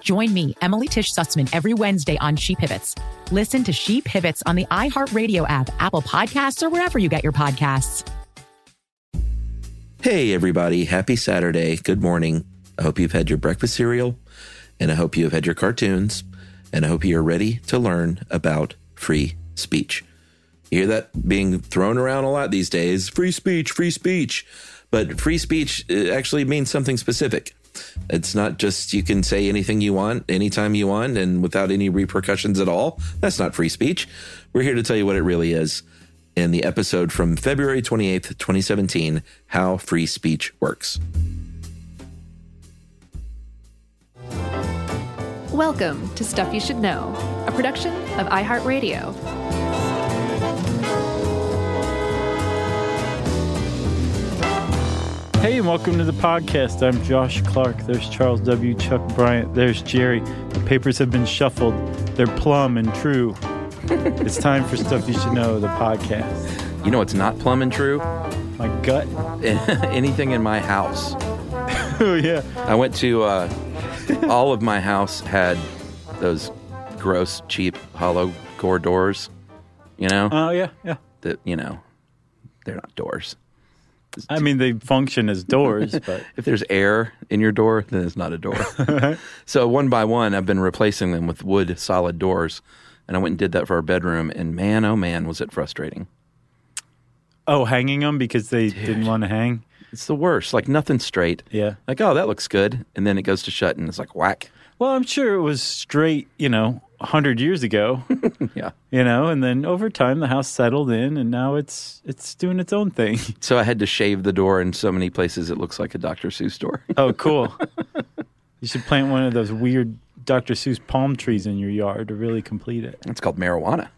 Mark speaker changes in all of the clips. Speaker 1: Join me, Emily Tish Sussman, every Wednesday on She Pivots. Listen to She Pivots on the iHeartRadio app, Apple Podcasts, or wherever you get your podcasts.
Speaker 2: Hey, everybody. Happy Saturday. Good morning. I hope you've had your breakfast cereal, and I hope you have had your cartoons, and I hope you're ready to learn about free speech. You hear that being thrown around a lot these days free speech, free speech. But free speech uh, actually means something specific. It's not just you can say anything you want, anytime you want, and without any repercussions at all. That's not free speech. We're here to tell you what it really is in the episode from February 28th, 2017 How Free Speech Works.
Speaker 3: Welcome to Stuff You Should Know, a production of iHeartRadio.
Speaker 4: Hey, and welcome to the podcast. I'm Josh Clark. There's Charles W. Chuck Bryant. There's Jerry. The papers have been shuffled, they're plumb and true. it's time for Stuff You Should Know, the podcast.
Speaker 2: You know, it's not plumb and true.
Speaker 4: My gut.
Speaker 2: anything in my house.
Speaker 4: Oh, yeah.
Speaker 2: I went to uh, all of my house had those gross, cheap, hollow core doors. You know
Speaker 4: Oh, yeah. Yeah.
Speaker 2: that you know they're not doors.
Speaker 4: I mean, they function as doors, but
Speaker 2: If there's air in your door, then it's not a door. so one by one, I've been replacing them with wood solid doors, and I went and did that for our bedroom. And man, oh man, was it frustrating!
Speaker 4: oh, hanging them because they didn't want to hang.
Speaker 2: It's the worst. Like nothing straight.
Speaker 4: Yeah.
Speaker 2: Like oh, that looks good, and then it goes to shut, and it's like whack.
Speaker 4: Well, I'm sure it was straight, you know, 100 years ago,
Speaker 2: Yeah.
Speaker 4: you know, and then over time the house settled in and now it's it's doing its own thing.
Speaker 2: So I had to shave the door in so many places. It looks like a Dr. Seuss door.
Speaker 4: Oh, cool. you should plant one of those weird Dr. Seuss palm trees in your yard to really complete it.
Speaker 2: it's called marijuana.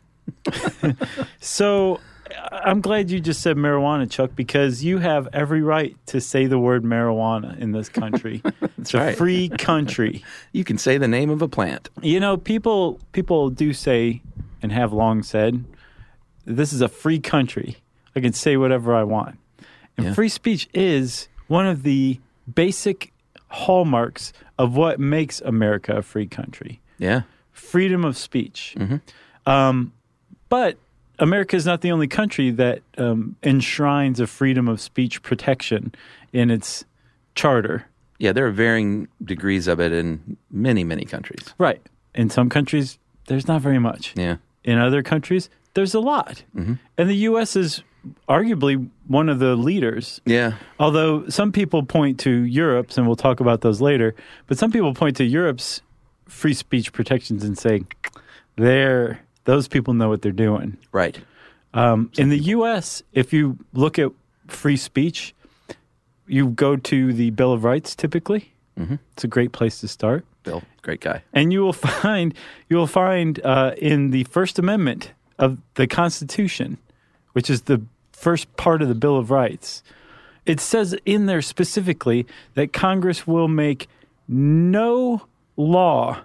Speaker 4: So I- I'm glad you just said marijuana, Chuck, because you have every right to say the word marijuana in this country. it's a
Speaker 2: right.
Speaker 4: free country.
Speaker 2: You can say the name of a plant.
Speaker 4: You know, people people do say and have long said, this is a free country. I can say whatever I want. And free speech is one of the basic hallmarks of what makes America a free country.
Speaker 2: Yeah.
Speaker 4: freedom of speech. Um, but America is not the only country that um, enshrines a freedom of speech protection in its charter.
Speaker 2: Yeah, there are varying degrees of it in many, many countries.
Speaker 4: Right. In some countries, there's not very much.
Speaker 2: Yeah.
Speaker 4: In other countries, there's a lot. And the U.S. is arguably one of the leaders.
Speaker 2: Yeah.
Speaker 4: Although some people point to Europe's, and we'll talk about those later, but some people point to Europe's free speech protections and say, there, those people know what they're doing.
Speaker 2: Right.
Speaker 4: In the U.S., if you look at free speech, you go to the Bill of Rights typically. It's a great place to start,
Speaker 2: Bill, great guy.
Speaker 4: and you will find you will find uh, in the First Amendment of the Constitution, which is the first part of the Bill of Rights. It says in there specifically that Congress will make no law,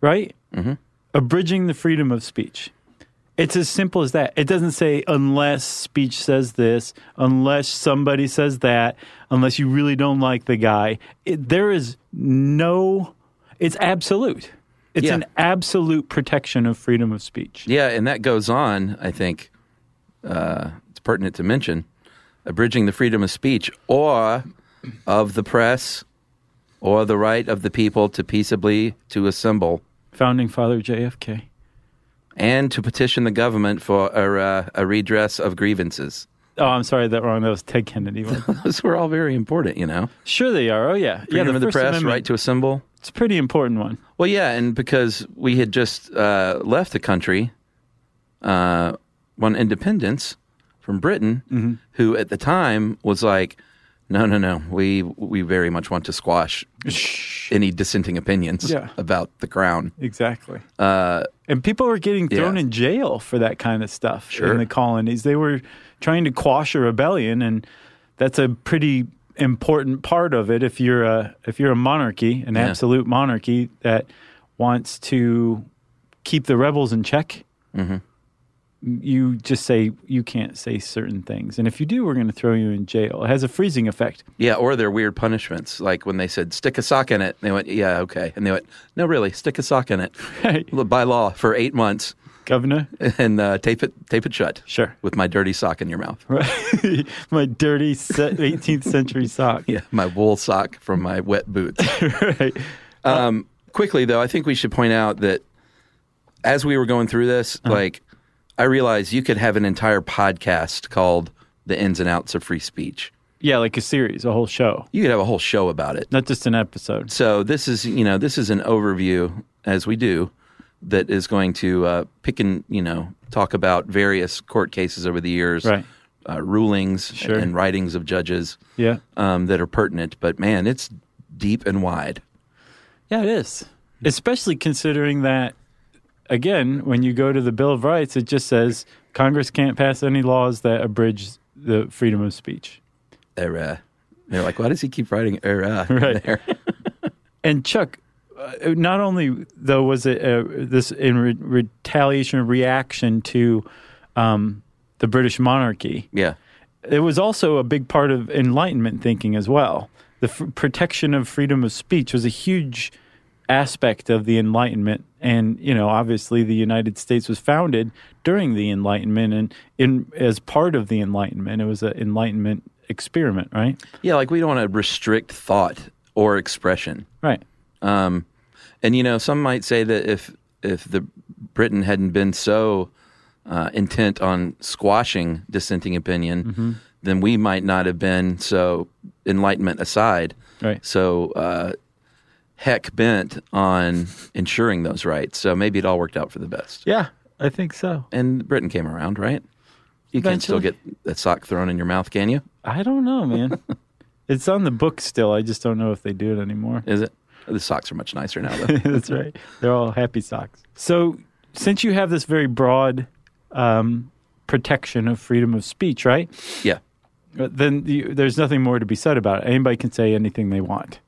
Speaker 4: right,
Speaker 2: Mm-hmm.
Speaker 4: abridging the freedom of speech. It's as simple as that. It doesn't say unless speech says this, unless somebody says that, unless you really don't like the guy. It, there is no, it's absolute. It's
Speaker 2: Yeah.
Speaker 4: an absolute protection of freedom of speech.
Speaker 2: Yeah, and that goes on, I think. Uh, it's pertinent to mention abridging the freedom of speech or of the press or the right of the people to peaceably to assemble
Speaker 4: Founding father JFK.
Speaker 2: and to petition the government for a, uh, a redress of grievances.
Speaker 4: Oh, I'm sorry, that wrong. That was Ted Kennedy one.
Speaker 2: Those were all very important, you know.
Speaker 4: Sure, they are. Oh, yeah. yeah,
Speaker 2: Freedom of the
Speaker 4: First
Speaker 2: press,
Speaker 4: Amendment.
Speaker 2: right to assemble.
Speaker 4: It's a pretty important one.
Speaker 2: Well, yeah, and because we had just uh, left the country uh, on independence from Britain,
Speaker 4: Mm-hmm.
Speaker 2: who at the time was like, "No, no, no, we we very much want to squash any dissenting opinions
Speaker 4: Yeah.
Speaker 2: about the crown."
Speaker 4: Exactly. Uh, and people were getting thrown
Speaker 2: yeah.
Speaker 4: in jail for that kind of stuff
Speaker 2: Sure.
Speaker 4: in the colonies. They were trying to quash a rebellion, and that's a pretty important part of it. If you're a if you're a monarchy, an absolute monarchy that wants to keep the rebels in check,
Speaker 2: Mm-hmm.
Speaker 4: you just say you can't say certain things, and if you do, we're going to throw you in jail. It has a freezing effect.
Speaker 2: Yeah, or their weird punishments, like when they said "stick a sock in it," they went, "Yeah, okay," and they went, "No, really, stick a sock in it
Speaker 4: Right.
Speaker 2: by law for eight months,
Speaker 4: Governor,
Speaker 2: and uh, tape it tape it shut."
Speaker 4: Sure.
Speaker 2: with my dirty sock in your mouth.
Speaker 4: Right. my dirty se- 18th century sock.
Speaker 2: Yeah, my wool sock from my wet boots.
Speaker 4: right.
Speaker 2: quickly though, I think we should point out that as we were going through this,
Speaker 4: Uh-huh.
Speaker 2: like I realized you could have an entire podcast called "The Ins and Outs of Free Speech."
Speaker 4: Yeah, like a series, a whole show,
Speaker 2: You could have a whole show about it.
Speaker 4: not just an episode.
Speaker 2: So this is, you know, this is an overview as we do that is going to uh, pick and you know talk about various court cases over the years,
Speaker 4: Right.
Speaker 2: uh, rulings
Speaker 4: Sure.
Speaker 2: and writings of judges
Speaker 4: Yeah.
Speaker 2: um, that are pertinent. But man, it's deep and wide.
Speaker 4: Yeah, it is. Especially considering that, again, when you go to the Bill of Rights, it just says Congress can't pass any laws that abridge the freedom of speech.
Speaker 2: They're uh, they're like, why does he keep writing "era"?
Speaker 4: Right.
Speaker 2: there?
Speaker 4: And Chuck, uh, not only though was it uh, this in re- retaliation reaction to um, the British monarchy,
Speaker 2: yeah.
Speaker 4: it was also a big part of Enlightenment thinking as well. The f- protection of freedom of speech was a huge aspect of the Enlightenment, and you know, obviously, the United States was founded during the Enlightenment, and in as part of the Enlightenment, it was an Enlightenment experiment, right?
Speaker 2: Yeah, like we don't want to restrict thought or expression.
Speaker 4: Right.
Speaker 2: Um, and you know, some might say that if if the Britain hadn't been so uh, intent on squashing dissenting opinion,
Speaker 4: Mm-hmm.
Speaker 2: then we might not have been so Enlightenment aside,
Speaker 4: Right.
Speaker 2: so uh, heck bent on ensuring those rights. So maybe it all worked out for the best.
Speaker 4: Yeah, I think so.
Speaker 2: And Britain came around, right? You can still get
Speaker 4: Eventually.
Speaker 2: that sock thrown in your mouth, can you?
Speaker 4: I don't know, man. it's on the book still. I just don't know if they do it anymore.
Speaker 2: Is it? The socks are much nicer now, though.
Speaker 4: That's right. They're all happy socks. So, since you have this very broad um, protection of freedom of speech, right?
Speaker 2: yeah.
Speaker 4: uh, Then you, there's nothing more to be said about it. Anybody can say anything they want.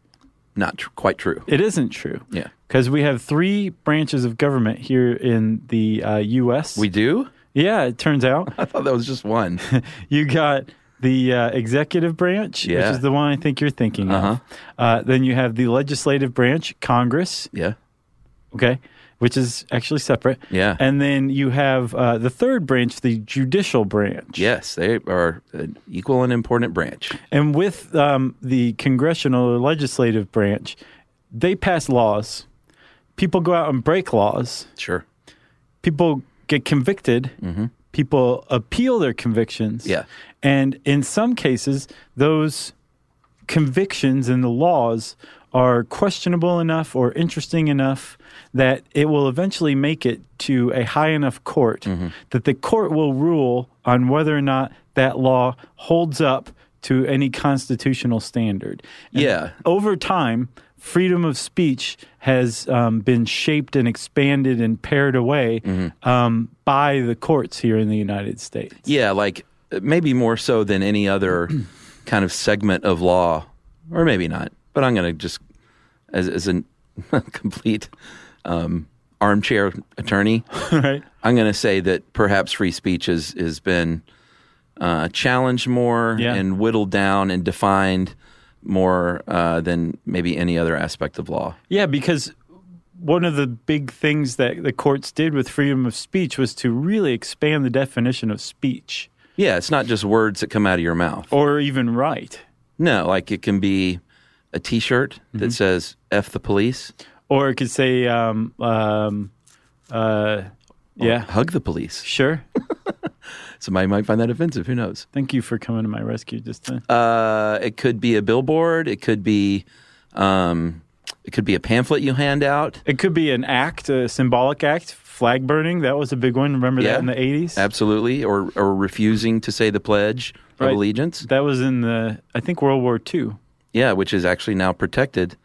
Speaker 2: not tr- quite true.
Speaker 4: It isn't true.
Speaker 2: Yeah.
Speaker 4: Because we have three branches of government here in the uh, U.S.
Speaker 2: We do?
Speaker 4: yeah, it turns out
Speaker 2: I thought that was just one.
Speaker 4: you got the uh, executive branch,
Speaker 2: Yeah. Uh-huh.
Speaker 4: which is the one I think you're thinking of. Uh, then you have the legislative branch, Congress,
Speaker 2: yeah.
Speaker 4: okay, which is actually separate.
Speaker 2: Yeah.
Speaker 4: And then you have uh, the third branch, the judicial branch.
Speaker 2: Yes, they are an equal and important branch.
Speaker 4: And with um, the congressional or legislative branch, they pass laws. People go out and break laws.
Speaker 2: Sure.
Speaker 4: People get convicted. People appeal their convictions.
Speaker 2: Mm-hmm. Yeah.
Speaker 4: And in some cases, those convictions and the laws are questionable enough or interesting enough that it will eventually make it to a high enough court
Speaker 2: Mm-hmm.
Speaker 4: that the court will rule on whether or not that law holds up to any constitutional standard. And
Speaker 2: Yeah.
Speaker 4: Over time, freedom of speech has um, been shaped and expanded and pared away um, by the courts here in the United States.
Speaker 2: Yeah, like uh, maybe more so than any other kind of segment of law, or maybe not. But I'm going to just, as, as a complete um, armchair attorney,
Speaker 4: Right?
Speaker 2: I'm going to say that perhaps free speech has has been uh, challenged more
Speaker 4: Yeah.
Speaker 2: and whittled down and defined more uh, than maybe any other aspect of law.
Speaker 4: Yeah, because one of the big things that the courts did with freedom of speech was to really expand the definition of speech
Speaker 2: Yeah, it's not just words that come out of your mouth.
Speaker 4: or even right
Speaker 2: No, like it can be a T-shirt
Speaker 4: Mm-hmm.
Speaker 2: that says "F the police."
Speaker 4: or it could say um, um, uh, Yeah.
Speaker 2: Hug the police.
Speaker 4: Sure.
Speaker 2: Somebody might find that offensive. Who knows?
Speaker 4: Thank you for coming to my rescue just then.
Speaker 2: Uh, it could be a billboard. It could be, um, it could be a pamphlet you hand out.
Speaker 4: It could be an act, a symbolic act, flag burning. That was a big one. Remember
Speaker 2: Yeah.
Speaker 4: that in the 80s?
Speaker 2: Absolutely, or or refusing to say the pledge
Speaker 4: Right.
Speaker 2: of allegiance.
Speaker 4: That was in the, I think, World War II.
Speaker 2: Yeah, which is actually now protected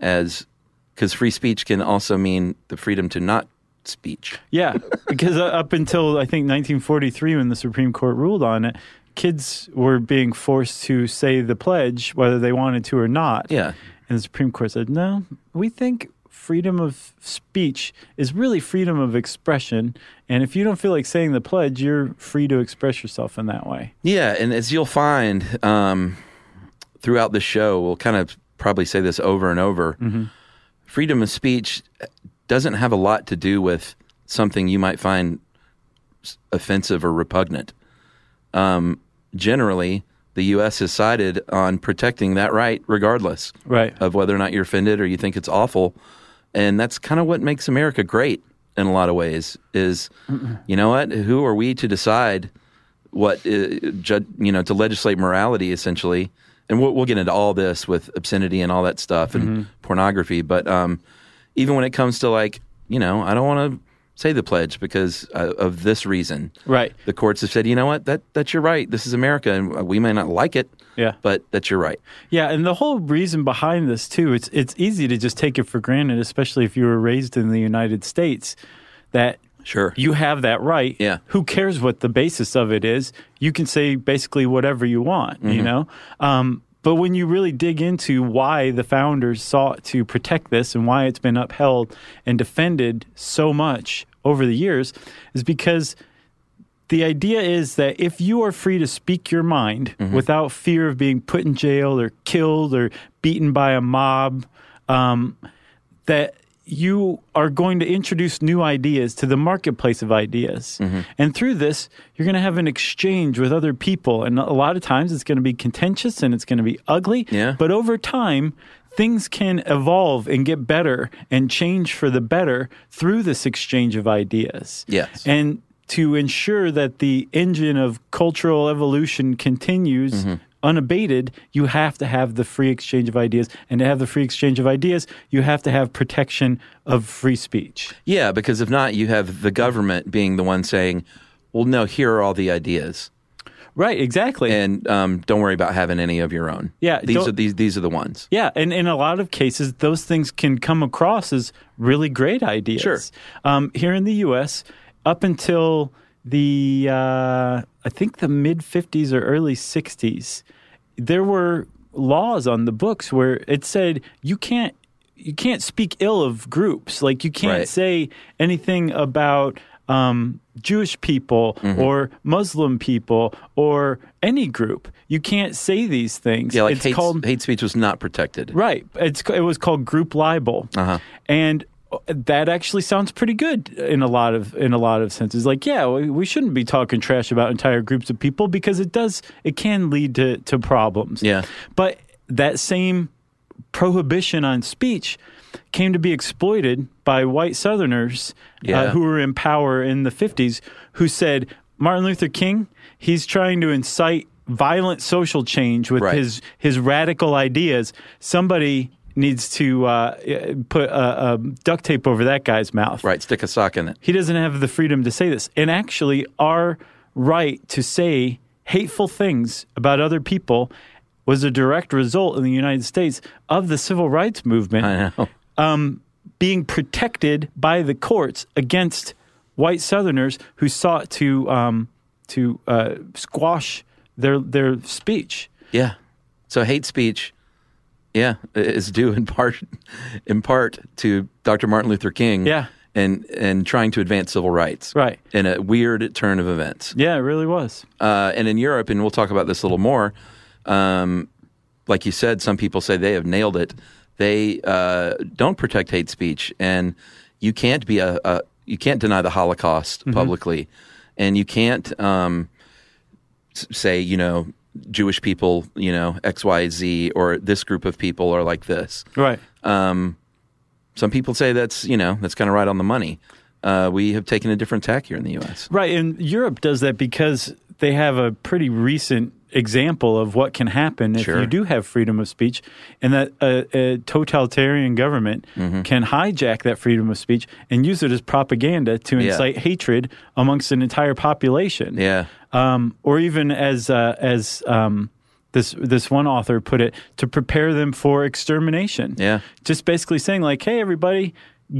Speaker 2: as because free speech can also mean the freedom to not speech.
Speaker 4: Yeah, because uh, up until I think 1943, when the Supreme Court ruled on it, kids were being forced to say the pledge whether they wanted to or not.
Speaker 2: Yeah.
Speaker 4: And the Supreme Court said, no, we think freedom of speech is really freedom of expression. And if you don't feel like saying the pledge, you're free to express yourself in that way.
Speaker 2: Yeah, and as you'll find um, throughout the show, we'll kind of probably say this over and over. Freedom of speech doesn't have a lot to do with something you might find s- offensive or repugnant. Um, generally, the U.S. has sided on protecting that right, regardless
Speaker 4: Right.
Speaker 2: of whether or not you're offended or you think it's awful. And that's kind of what makes America great in a lot of ways is you know what who are we to decide what uh, ju- you know to legislate morality essentially and we'll, we'll get into all this with obscenity and all that stuff and
Speaker 4: Mm-hmm.
Speaker 2: pornography but um, even when it comes to like you know I don't want to say the pledge because uh, of this reason
Speaker 4: Right.
Speaker 2: the courts have said you know what that that's your right this is America and uh, we may not like it
Speaker 4: Yeah.
Speaker 2: but that's your right
Speaker 4: Yeah, and the whole reason behind this too, it's it's easy to just take it for granted, especially if you were raised in the United States, that
Speaker 2: Sure.
Speaker 4: you have that right.
Speaker 2: Yeah.
Speaker 4: Who cares what the basis of it is? You can say basically whatever you want,
Speaker 2: Mm-hmm.
Speaker 4: you know? Um, but when you really dig into why the founders sought to protect this and why it's been upheld and defended so much over the years, is because the idea is that if you are free to speak your mind
Speaker 2: Mm-hmm.
Speaker 4: without fear of being put in jail or killed or beaten by a mob, um, that you are going to introduce new ideas to the marketplace of ideas. And through this, you're going to have an exchange with other people. And a lot of times it's going to be contentious and it's going to be ugly.
Speaker 2: Yeah.
Speaker 4: But over time, things can evolve and get better and change for the better through this exchange of ideas.
Speaker 2: Yes.
Speaker 4: And to ensure that the engine of cultural evolution continues unabated, you have to have the free exchange of ideas. And to have the free exchange of ideas, you have to have protection of free speech.
Speaker 2: Yeah, because if not, you have the government being the one saying, "Well, no, here are all the ideas,
Speaker 4: Right, exactly.
Speaker 2: and um, don't worry about having any of your own."
Speaker 4: Yeah,
Speaker 2: these
Speaker 4: don't-
Speaker 2: are these these are the ones.
Speaker 4: Yeah, and in a lot of cases, those things can come across as really great ideas.
Speaker 2: Sure.
Speaker 4: Um, here in the U.S., up until the uh, I think the mid '50s or early '60s, there were laws on the books where it said you can't you can't speak ill of groups. Like you can't
Speaker 2: Right.
Speaker 4: say anything about um, Jewish people
Speaker 2: Mm-hmm.
Speaker 4: or Muslim people or any group. You can't say these things.
Speaker 2: Yeah, like
Speaker 4: it's
Speaker 2: hate,
Speaker 4: called
Speaker 2: hate speech was not protected.
Speaker 4: Right. It's it was called group libel,
Speaker 2: Uh-huh.
Speaker 4: and uh, that actually sounds pretty good in a lot of in a lot of senses. Like, yeah, we, we shouldn't be talking trash about entire groups of people because it does it can lead to to problems.
Speaker 2: Yeah.
Speaker 4: But that same prohibition on speech came to be exploited by white Southerners
Speaker 2: Yeah.
Speaker 4: uh, who were in power in the 50s who said, Martin Luther King, he's trying to incite violent social change with
Speaker 2: Right.
Speaker 4: his, his radical ideas. Somebody needs to uh, put uh, uh, duct tape over that guy's mouth.
Speaker 2: Right, stick a sock in it.
Speaker 4: He doesn't have the freedom to say this. And actually, our right to say hateful things about other people was a direct result in the United States of the civil rights movement
Speaker 2: I know.
Speaker 4: being protected by the courts against white Southerners who sought to um, to uh, squash their their speech.
Speaker 2: Yeah. So hate speech, yeah, is due in part in part to Dr. Martin Luther King.
Speaker 4: Yeah.
Speaker 2: And and trying to advance civil rights.
Speaker 4: Right.
Speaker 2: In a weird turn of events.
Speaker 4: Yeah, it really was.
Speaker 2: uh, and in Europe, and we'll talk about this a little more. Um, like you said, some people say they have nailed it. They uh, don't protect hate speech, and you can't be a, a you can't deny the Holocaust publicly, and you can't um, s- say you know Jewish people you know X Y Z or this group of people are like this.
Speaker 4: Right.
Speaker 2: Some people say that's you know that's kind of right on the money. uh, we have taken a different tack here in the U.S.
Speaker 4: Right, and Europe does that because they have a pretty recent example of what can happen if
Speaker 2: Sure.
Speaker 4: you do have freedom of speech, and that a, a totalitarian government
Speaker 2: Mm-hmm.
Speaker 4: can hijack that freedom of speech and use it as propaganda to
Speaker 2: Yeah.
Speaker 4: incite hatred amongst an entire population
Speaker 2: Yeah,
Speaker 4: um, or even as uh, as um, this this one author put it, to prepare them for extermination.
Speaker 2: Yeah.
Speaker 4: just basically saying like, hey, everybody,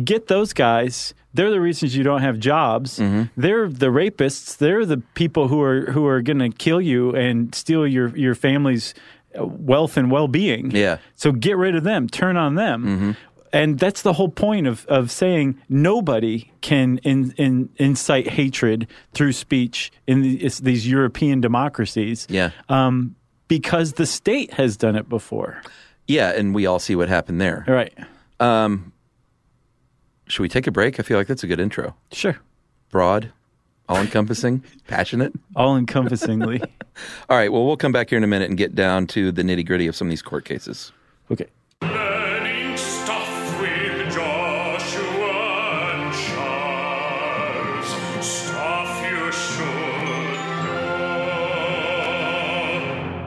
Speaker 4: get those guys. They're the reasons you don't have jobs.
Speaker 2: Mm-hmm.
Speaker 4: They're the rapists. They're the people who are who are going to kill you and steal your your family's uh, wealth and well being.
Speaker 2: Yeah. Mm-hmm.
Speaker 4: So get rid of them. Turn on them. And that's the whole point of, of saying nobody can in, in, incite hatred through speech in the, it's these European democracies
Speaker 2: yeah,
Speaker 4: um, because the state has done it before.
Speaker 2: yeah. And we all see what happened there.
Speaker 4: All right.
Speaker 2: Should we take a break? I feel like that's a good intro.
Speaker 4: Sure.
Speaker 2: Broad, all encompassing, passionate.
Speaker 4: All encompassingly.
Speaker 2: All right. Well, we'll come back here in a minute and get down to the nitty gritty of some of these court cases.
Speaker 4: okay.
Speaker 5: Learning stuff with Joshua and Charles. Stuff you should know.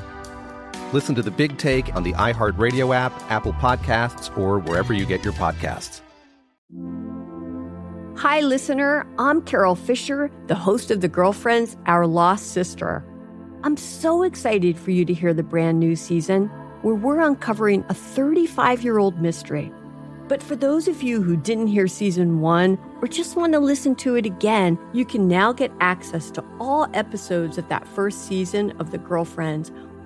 Speaker 6: Listen to The Big Take on the iHeartRadio app, Apple Podcasts, or wherever you get your podcasts.
Speaker 7: Hi, listener. I'm Carol Fisher, the host of The Girlfriends, Our Lost Sister. I'm so excited for you to hear the brand new season where we're uncovering a 35 year old mystery. But for those of you who didn't hear season one or just want to listen to it again, you can now get access to all episodes of that first season of The Girlfriends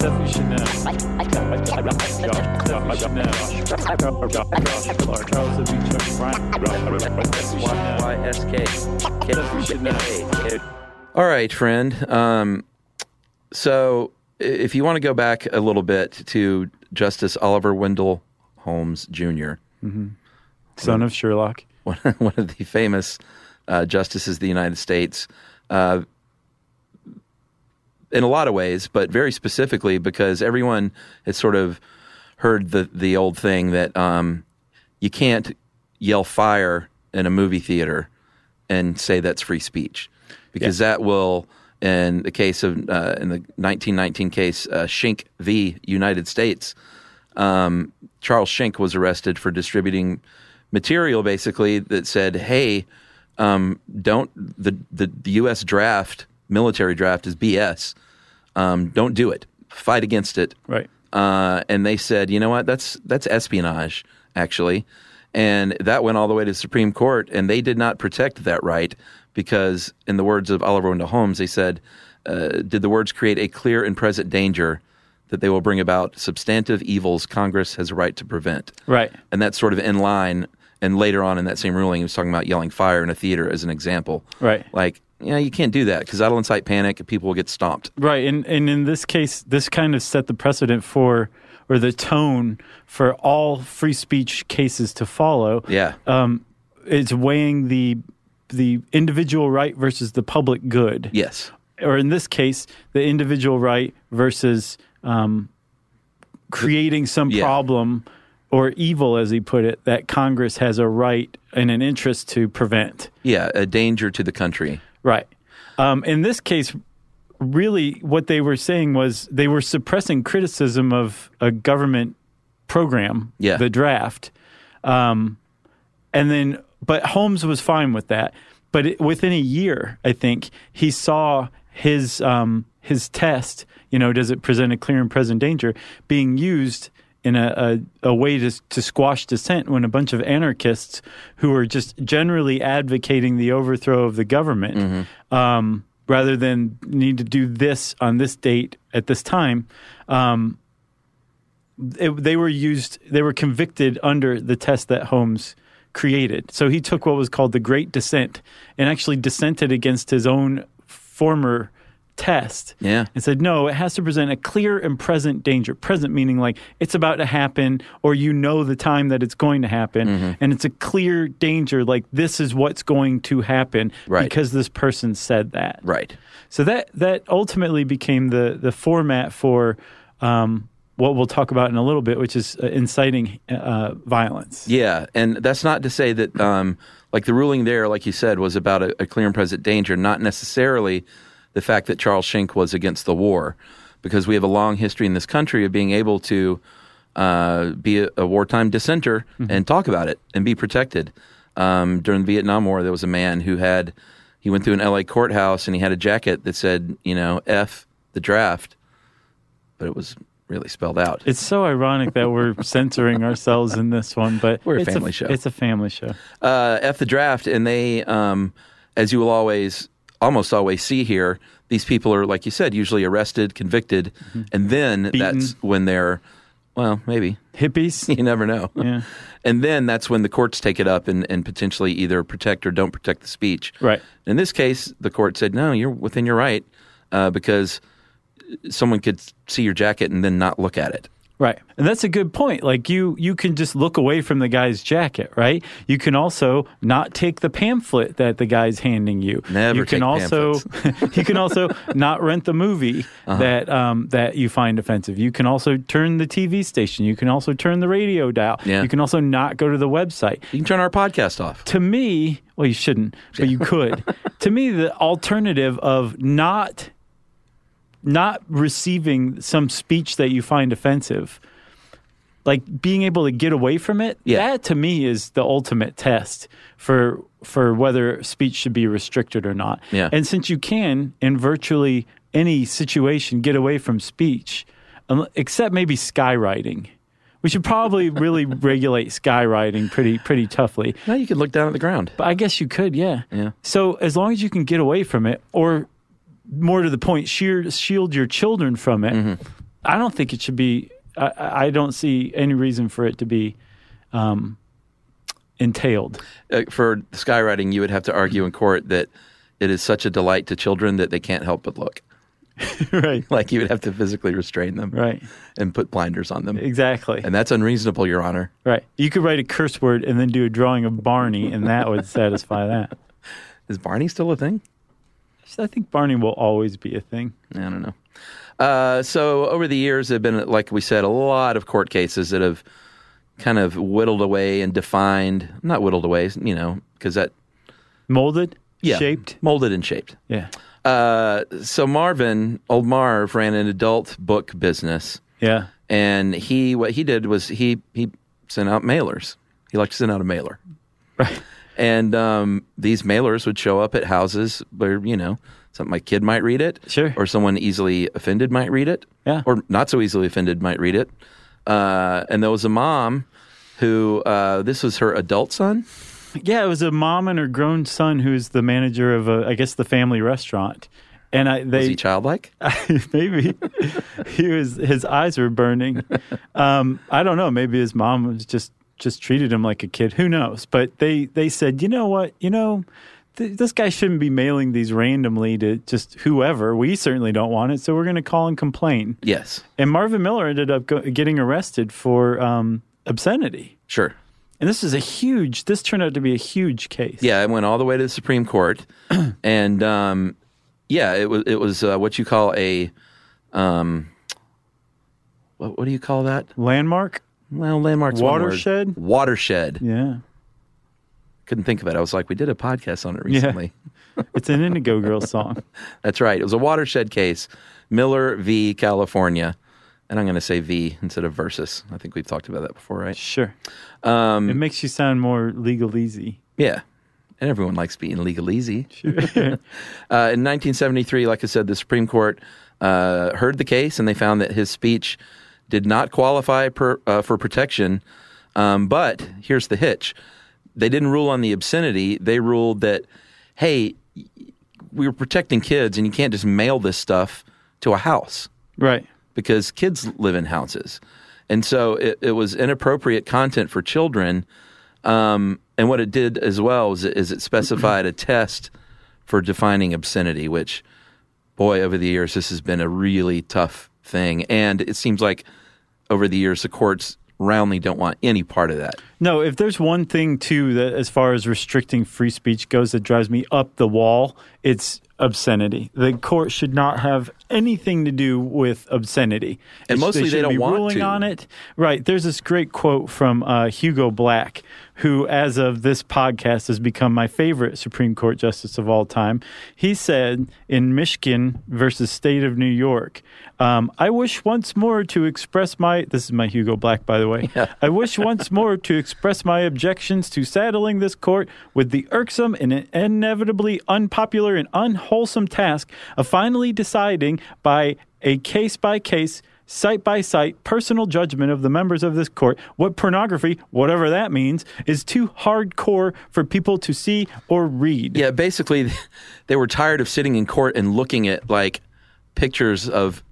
Speaker 4: Stuff you should know. Stuff you should know. Or Charles W. Chuck Bryant. Stuff you should know. Stuff you should know.
Speaker 2: All right, friend. Um, so i- if you want to go back a little bit to Justice Oliver Wendell Holmes junior
Speaker 4: Son of Sherlock.
Speaker 2: One, one of the famous uh, justices of the United States, uh, in a lot of ways, but very specifically because everyone has sort of heard the, the old thing that um, you can't yell fire in a movie theater and say that's free speech because that will, in the case of, uh, in the 1919 case, uh, Schenck v. United States, um, Charles Schenck was arrested for distributing material basically that said, "Hey, um, don't the, the the U.S. draft military draft is BS. Um, don't do it. Fight against it."
Speaker 4: Right.
Speaker 2: Uh, and they said, "You know what? That's that's espionage, actually." And that went all the way to the Supreme Court, and they did not protect that right because, in the words of Oliver Wendell Holmes, they said, uh, "Did the words create a clear and present danger?" That they will bring about substantive evils Congress has a right to prevent.
Speaker 4: Right.
Speaker 2: And that's sort of in line. And later on in that same ruling, he was talking about yelling fire in a theater as an example.
Speaker 4: Right.
Speaker 2: Like, you know, you can't do that because that'll incite panic and people will get stomped.
Speaker 4: Right, and and in this case, this kind of set the precedent for or the tone for all free speech cases to follow.
Speaker 2: Yeah.
Speaker 4: um, it's weighing the the individual right versus the public good.
Speaker 2: Yes.
Speaker 4: Or in this case, the individual right versus um, creating some problem or evil, as he put it, that Congress has a right and an interest to prevent.
Speaker 2: Yeah, a danger to the country.
Speaker 4: Right. Um, in this case, really, what they were saying was they were suppressing criticism of a government program,
Speaker 2: Yeah.
Speaker 4: the draft. Um, and then, but Holmes was fine with that. But it, within a year, I think he saw his um, his test. You know, does it present a clear and present danger being used in a, a, a way to to squash dissent when a bunch of anarchists who are just generally advocating the overthrow of the government, um, rather than need to do this on this date at this time, um, it, they were used they were convicted under the test that Holmes created. So he took what was called the Great Dissent and actually dissented against his own former test.
Speaker 2: Yeah.
Speaker 4: And said, no, it has to present a clear and present danger. Present meaning like it's about to happen or you know the time that it's going to happen.
Speaker 2: Mm-hmm.
Speaker 4: And it's a clear danger, like this is what's going to happen
Speaker 2: Right.
Speaker 4: because this person said that.
Speaker 2: Right.
Speaker 4: So that that ultimately became the the format for um, what we'll talk about in a little bit, which is uh, inciting uh, violence.
Speaker 2: Yeah, and that's not to say that, um, like the ruling there, like you said, was about a, a clear and present danger, not necessarily the fact that Charles Schenck was against the war, because we have a long history in this country of being able to uh, be a, a wartime dissenter and talk about it and be protected. Um, during the Vietnam War, there was a man who had he went through an L.A. courthouse and he had a jacket that said, you know, "F the draft," but it was really spelled out.
Speaker 4: It's so ironic that we're censoring ourselves in this one, but
Speaker 2: We're a
Speaker 4: it's
Speaker 2: family show.
Speaker 4: It's a family show.
Speaker 2: uh, F the draft, and they, um, as you will always, almost always see here, these people are, like you said, usually arrested, convicted, and then that's when they're, well, maybe
Speaker 4: hippies.
Speaker 2: You never know.
Speaker 4: Yeah.
Speaker 2: and then that's when the courts take it up and, and potentially either protect or don't protect the speech.
Speaker 4: Right.
Speaker 2: In this case, the court said, no, you're within your right uh, because someone could see your jacket and then not look at it.
Speaker 4: Right. And that's a good point. Like you you can just look away from the guy's jacket, right? You can also not take the pamphlet that the guy's handing you.
Speaker 2: Never
Speaker 4: you can
Speaker 2: take
Speaker 4: also you can also not rent the movie
Speaker 2: Uh-huh.
Speaker 4: that um, that you find offensive. You can also turn the TV station. You can also turn the radio dial.
Speaker 2: Yeah.
Speaker 4: You can also not go to the website.
Speaker 2: You can turn our podcast off.
Speaker 4: To me, well you shouldn't, but you could. to me the alternative of not not receiving some speech that you find offensive like being able to get away from it that to me is the ultimate test for for whether speech should be restricted or not
Speaker 2: Yeah.
Speaker 4: and since you can in virtually any situation get away from speech un- except maybe skywriting we should probably really regulate skywriting pretty pretty toughly
Speaker 2: now you could look down at the ground
Speaker 4: but i guess you could yeah
Speaker 2: Yeah.
Speaker 4: so as long as you can get away from it, or more to the point, sheer, shield your children from it,
Speaker 2: Mm-hmm.
Speaker 4: I don't think it should be. I- I, I don't see any reason for it to be um, entailed.
Speaker 2: uh, for skywriting, you would have to argue in court that it is such a delight to children that they can't help but look.
Speaker 4: right.
Speaker 2: Like you would have to physically restrain them.
Speaker 4: Right.
Speaker 2: And put blinders on them.
Speaker 4: Exactly.
Speaker 2: And that's unreasonable, Your Honor.
Speaker 4: Right. You could write a curse word and then do a drawing of Barney, and that would satisfy that.
Speaker 2: Is Barney still a thing?
Speaker 4: I think Barney will always be a thing.
Speaker 2: I don't know. Uh, so over the years, there have been, like we said, a lot of court cases that have kind of whittled away and defined, not whittled away, you know, because that.
Speaker 4: Molded?
Speaker 2: Yeah.
Speaker 4: Shaped?
Speaker 2: Molded and shaped.
Speaker 4: Yeah.
Speaker 2: Uh, so Marvin, old Marv, ran an adult book business.
Speaker 4: Yeah.
Speaker 2: and he what he did was he he sent out mailers. He liked to send out a mailer, right? And um, these mailers would show up at houses where you know something my kid might read it,
Speaker 4: sure,
Speaker 2: or someone easily offended might read it,
Speaker 4: yeah,
Speaker 2: or not so easily offended might read it. Uh, and there was a mom who uh, this was her adult son.
Speaker 4: Yeah, it was a mom and her grown son who's the manager of, a, I guess, the family restaurant. And I, they,
Speaker 2: Was he childlike?
Speaker 4: maybe he was. His eyes were burning. Um, I don't know. Maybe his mom was just just treated him like a kid. Who knows? But they they said, you know what? You know, th- this guy shouldn't be mailing these randomly to just whoever. We certainly don't want it, so we're going to call and complain.
Speaker 2: Yes,
Speaker 4: And Marvin Miller ended up go- getting arrested for um, obscenity.
Speaker 2: sure.
Speaker 4: And this is a huge. This turned out to be a huge case.
Speaker 2: Yeah, it went all the way to the Supreme Court, and um, yeah, it was it was uh, what you call a um, what, what do you call that?
Speaker 4: Landmark.
Speaker 2: Well, landmarks. one word.
Speaker 4: Watershed?
Speaker 2: Watershed.
Speaker 4: Yeah.
Speaker 2: Couldn't think of it. I was like, we did a podcast on it
Speaker 4: Yeah.
Speaker 2: recently.
Speaker 4: it's an Indigo Girls song.
Speaker 2: That's right. It was a watershed case, Miller v. California, and I'm going to say V instead of versus. I think we've talked about that before, right?
Speaker 4: Sure.
Speaker 2: Um,
Speaker 4: it makes you sound more legalese.
Speaker 2: Yeah. And everyone likes being legalese. Sure. uh, in 1973, like I said, the Supreme Court uh, heard the case and they found that his speech did not qualify per, uh, for protection. Um, but here's the hitch they didn't rule on the obscenity, they ruled that, hey, y- we were protecting kids and you can't just mail this stuff to a house
Speaker 4: Right.
Speaker 2: because kids live in houses. And so it, it was inappropriate content for children. Um, and what it did as well is, is it specified a test for defining obscenity, which, boy, over the years, this has been a really tough thing. And it seems like over the years, the courts roundly don't want any part of that.
Speaker 4: No, if there's one thing too that, as far as restricting free speech goes, that drives me up the wall, it's obscenity. The court should not have anything to do with obscenity,
Speaker 2: And
Speaker 4: It sh-
Speaker 2: mostly they
Speaker 4: shouldn't
Speaker 2: don't
Speaker 4: be
Speaker 2: want
Speaker 4: ruling
Speaker 2: to.
Speaker 4: on it. Right? There's this great quote from uh, Hugo Black, who, as of this podcast, has become my favorite Supreme Court justice of all time. He said in Michigan versus State of New York, um, "I wish once more to express my this is my Hugo Black, by the way. I wish once more to express my objections to saddling this court with the irksome and inevitably unpopular and unwholesome task of finally deciding by a case by case." site by site personal judgment of the members of this court what pornography, whatever that means, is too hardcore for people to see or read.
Speaker 2: Yeah, basically, they were tired of sitting in court and looking at like pictures of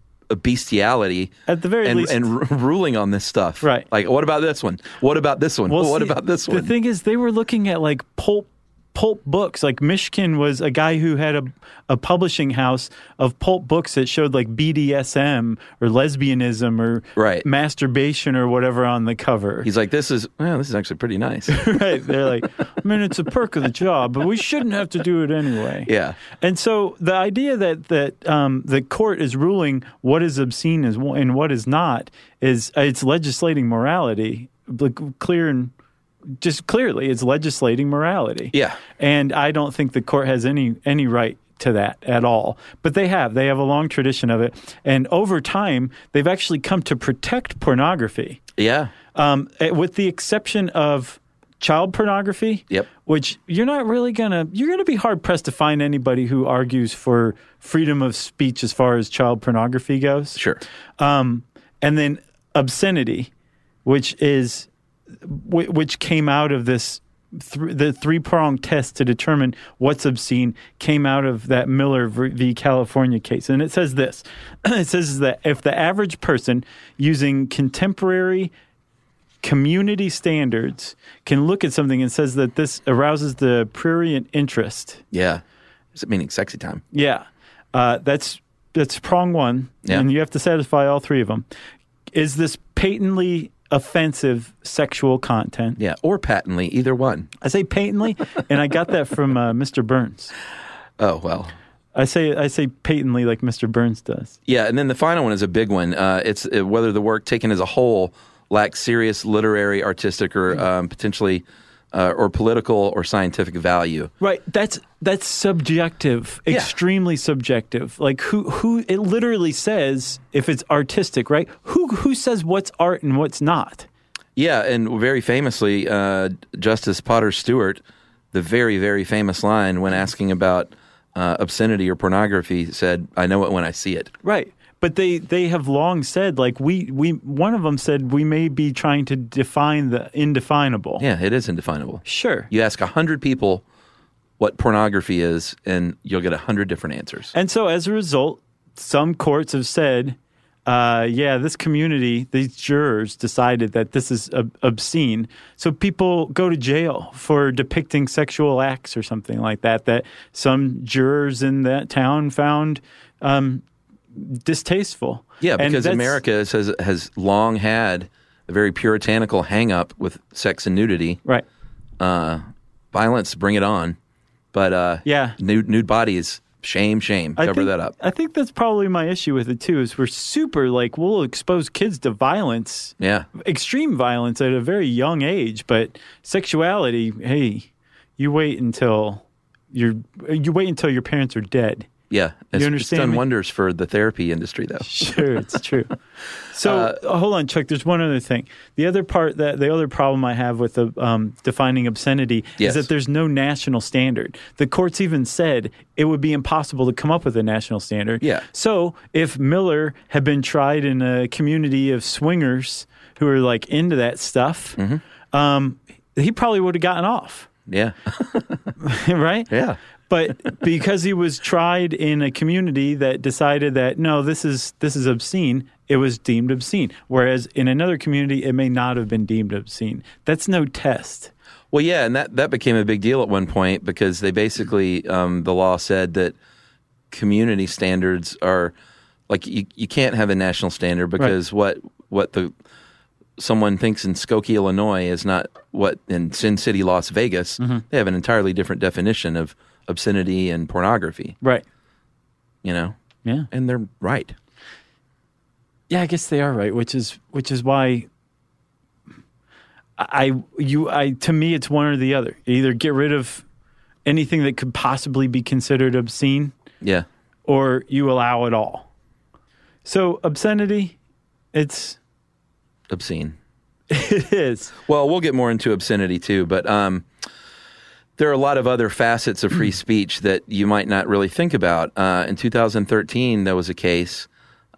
Speaker 2: bestiality
Speaker 4: at the very
Speaker 2: and,
Speaker 4: least-
Speaker 2: and r- ruling on this stuff. Right. Like, what about this one? What about this one?
Speaker 4: Well,
Speaker 2: what
Speaker 4: see,
Speaker 2: about this one?
Speaker 4: The thing is, they were looking at like pulp pulp books. Like Michigan was a guy who had a a publishing house of pulp books that showed like BDSM or lesbianism or
Speaker 2: Right.
Speaker 4: masturbation or whatever on the cover.
Speaker 2: He's like, this is well, this is actually pretty nice.
Speaker 4: right? They're like, I mean, it's a perk of the job, but we shouldn't have to do it anyway.
Speaker 2: Yeah.
Speaker 4: And so the idea that that um, the court is ruling what is obscene is and what is not is uh, it's legislating morality, like clear and just clearly it's legislating morality.
Speaker 2: Yeah.
Speaker 4: And I don't think the court has any any right to that at all. But they have. They have a long tradition of it. And over time, they've actually come to protect pornography.
Speaker 2: Yeah.
Speaker 4: Um, eh, with the exception of child pornography.
Speaker 2: Yep.
Speaker 4: Which you're not really gonna you're gonna be hard pressed to find anybody who argues for freedom of speech as far as child pornography goes.
Speaker 2: Sure.
Speaker 4: Um, and then obscenity, which is wh- which came out of this thr the three prong test to determine what's obscene came out of that Miller v. v. California case, and it says this: it says that if the average person using contemporary community standards can look at something and says that this arouses the prurient interest.
Speaker 2: Yeah. Does it meaning sexy time?
Speaker 4: Yeah, uh, that's that's prong one, and you have to satisfy all three of them. Is this patently offensive sexual content?
Speaker 2: Yeah, or patently, either one.
Speaker 4: I say patently, and I got that from uh, Mr. Burns.
Speaker 2: Oh well.
Speaker 4: I say I say patently like Mr. Burns does.
Speaker 2: Yeah, and then the final one is a big one. Uh, it's uh, whether the work taken as a whole lacks serious literary, artistic, or
Speaker 4: Mm.
Speaker 2: um, potentially uh, or political or scientific value.
Speaker 4: Right. That's that's subjective, extremely subjective. Like who who it literally says if it's artistic, right? Who who says what's art and what's not?
Speaker 2: Yeah, and very famously, uh, Justice Potter Stewart, the very very famous line when asking about uh, obscenity or pornography, said, "I know it when I see it."
Speaker 4: Right. But they, they have long said like we, we one of them said we may be trying to define the indefinable.
Speaker 2: Yeah, it is indefinable.
Speaker 4: Sure.
Speaker 2: You ask a hundred people what pornography is, and you'll get a hundred different answers.
Speaker 4: And so as a result, some courts have said, uh, yeah, this community, these jurors decided that this is ob- obscene. So people go to jail for depicting sexual acts or something like that, that some jurors in that town found um, distasteful.
Speaker 2: Yeah,
Speaker 4: And
Speaker 2: because
Speaker 4: that's-
Speaker 2: America has has long had a very puritanical hang up with sex and nudity.
Speaker 4: Right.
Speaker 2: Uh, violence, bring it on. But uh,
Speaker 4: Yeah.
Speaker 2: nude nude bodies, shame, shame.
Speaker 4: I
Speaker 2: Cover
Speaker 4: think-
Speaker 2: that up.
Speaker 4: I think that's probably my issue with it too. Is we're super like we'll expose kids to violence,
Speaker 2: Yeah.
Speaker 4: extreme violence at a very young age, but sexuality, hey, you wait until you're you wait until your parents are dead.
Speaker 2: Yeah. It's, it's
Speaker 4: understand
Speaker 2: done
Speaker 4: me?
Speaker 2: wonders for the therapy industry though.
Speaker 4: Sure, it's true. So uh, hold on, Chuck. There's one other thing. The other part that the other problem I have with the um, defining obscenity
Speaker 2: Yes.
Speaker 4: is that there's no national standard. The courts even said it would be impossible to come up with a national standard.
Speaker 2: Yeah.
Speaker 4: So if Miller had been tried in a community of swingers who are like into that stuff,
Speaker 2: Mm-hmm.
Speaker 4: um, he probably would have gotten off,
Speaker 2: Yeah.
Speaker 4: right?
Speaker 2: Yeah.
Speaker 4: but because he was tried in a community that decided that no this is this is obscene it was deemed obscene whereas in another community it may not have been deemed obscene that's no test
Speaker 2: Well, yeah, and that, that became a big deal at one point because they basically um, the law said that community standards are like you, you can't have a national standard because what what the someone thinks in Skokie, Illinois, is not what in Sin City, Las Vegas.
Speaker 4: Mhm.
Speaker 2: They have an entirely different definition of obscenity and pornography.
Speaker 4: right
Speaker 2: You know,
Speaker 4: yeah
Speaker 2: and they're right.
Speaker 4: yeah i guess they are right which is which is why i you i to me it's one or the other either get rid of anything that could possibly be considered obscene
Speaker 2: Yeah,
Speaker 4: or you allow it all so obscenity it's
Speaker 2: obscene.
Speaker 4: it is
Speaker 2: Well, we'll get more into obscenity too, but um, there are a lot of other facets of free speech that you might not really think about. Uh, in 2013, there was a case,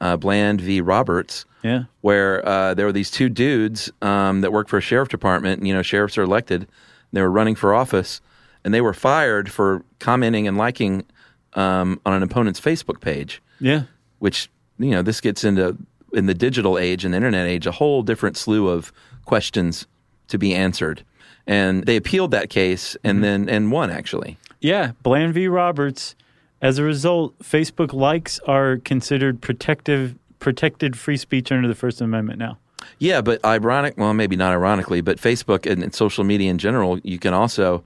Speaker 2: uh, Bland v. Roberts,
Speaker 4: yeah
Speaker 2: where uh, there were these two dudes um, that worked for a sheriff department. And, you know, sheriffs are elected. And they were running for office, and they were fired for commenting and liking um, on an opponent's Facebook page
Speaker 4: yeah
Speaker 2: which you know this gets into in the digital age and the internet age a whole different slew of questions to be answered and they appealed that case and
Speaker 4: Mm-hmm.
Speaker 2: then and won actually
Speaker 4: Yeah, Bland v. Roberts. As a result, Facebook likes are considered protective protected free speech under the First Amendment now.
Speaker 2: yeah but ironic well maybe not ironically but facebook and, and social media in general you can also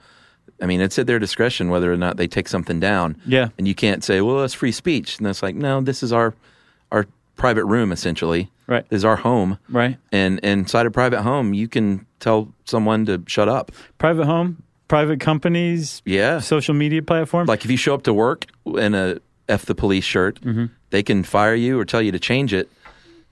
Speaker 2: i mean it's at their discretion whether or not they take something down
Speaker 4: Yeah.
Speaker 2: and you can't say well that's free speech and it's like no this is our our private room essentially
Speaker 4: Right.
Speaker 2: this is our home
Speaker 4: Right.
Speaker 2: and inside a private home you can tell someone to shut up
Speaker 4: Private home, private companies,
Speaker 2: yeah,
Speaker 4: social media platforms.
Speaker 2: Like if you show up to work in a F the police shirt,
Speaker 4: Mhm.
Speaker 2: they can fire you or tell you to change it.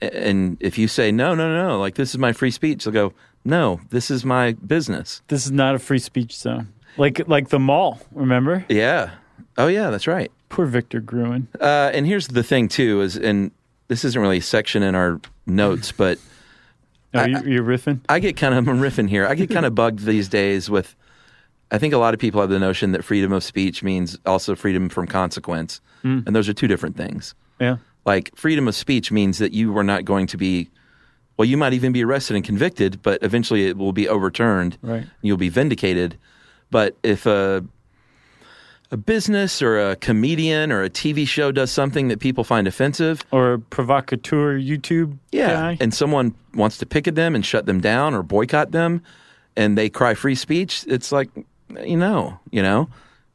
Speaker 2: A- And if you say, no, no, no, like this is my free speech, they'll go, no, this is my business.
Speaker 4: This is not a free speech zone. Like like the mall, remember?
Speaker 2: Yeah. Oh, yeah, that's right.
Speaker 4: Poor Victor Gruen.
Speaker 2: Uh, and here's the thing, too, is, and this isn't really a section in our notes, but.
Speaker 4: Are you, you're riffing?
Speaker 2: I get kind of I'm riffing here. I get kind of bugged these days with. I think a lot of people have the notion that freedom of speech means also freedom from consequence,
Speaker 4: Mm.
Speaker 2: and those are two different things.
Speaker 4: Yeah.
Speaker 2: Like freedom of speech means that you are not going to be, well, you might even be arrested and convicted, but eventually it will be overturned.
Speaker 4: Right.
Speaker 2: You'll be vindicated. But if a a business or a comedian or a TV show does something that people find offensive
Speaker 4: or a provocateur YouTube
Speaker 2: yeah, and someone wants to picket them and shut them down or boycott them, and they cry free speech, it's like you know, you know,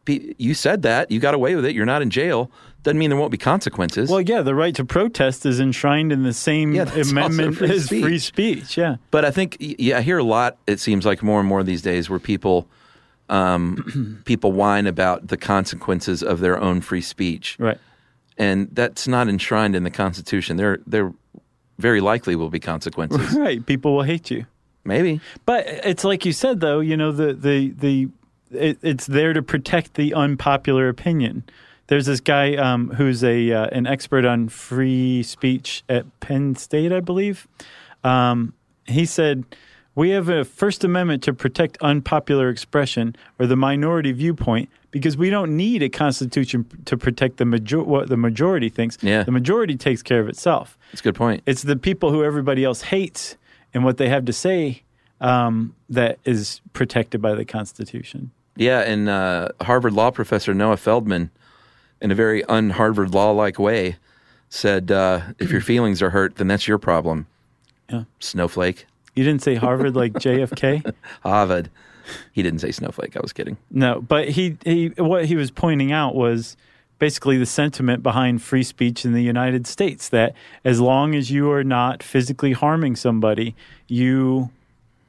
Speaker 2: Pe- you said that, you got away with it, you're not in jail. Doesn't mean there won't be consequences.
Speaker 4: Well, yeah, the right to protest is enshrined in the same
Speaker 2: Yeah, that's also
Speaker 4: amendment
Speaker 2: free
Speaker 4: as
Speaker 2: speech.
Speaker 4: free speech. Yeah.
Speaker 2: But I think y- yeah, I hear a lot. It seems like more and more these days where people um, people whine about the consequences of their own free speech,
Speaker 4: right?
Speaker 2: And that's not enshrined in the Constitution. There, there very likely will be consequences.
Speaker 4: Right. People will hate you.
Speaker 2: Maybe.
Speaker 4: But it's like you said though, you know, the the the it, it's there to protect the unpopular opinion. There's this guy um, who's a uh, an expert on free speech at Penn State, I believe. Um, he said, "We have a First Amendment to protect unpopular expression or the minority viewpoint because we don't need a constitution to protect the major- what the majority thinks.
Speaker 2: Yeah.
Speaker 4: The majority takes care of itself.
Speaker 2: That's a good point.
Speaker 4: It's the people who everybody else hates and what they have to say um, that is protected by the Constitution.
Speaker 2: Yeah, and uh, Harvard law professor Noah Feldman, in a very un-Harvard law-like way, said, uh, "If your feelings are hurt, then that's your problem."
Speaker 4: Yeah.
Speaker 2: Snowflake,
Speaker 4: You didn't say Harvard like JFK.
Speaker 2: Harvard. He didn't say snowflake. I was kidding.
Speaker 4: No, but he, he what he was pointing out was basically the sentiment behind free speech in the United States that as long as you are not physically harming somebody, you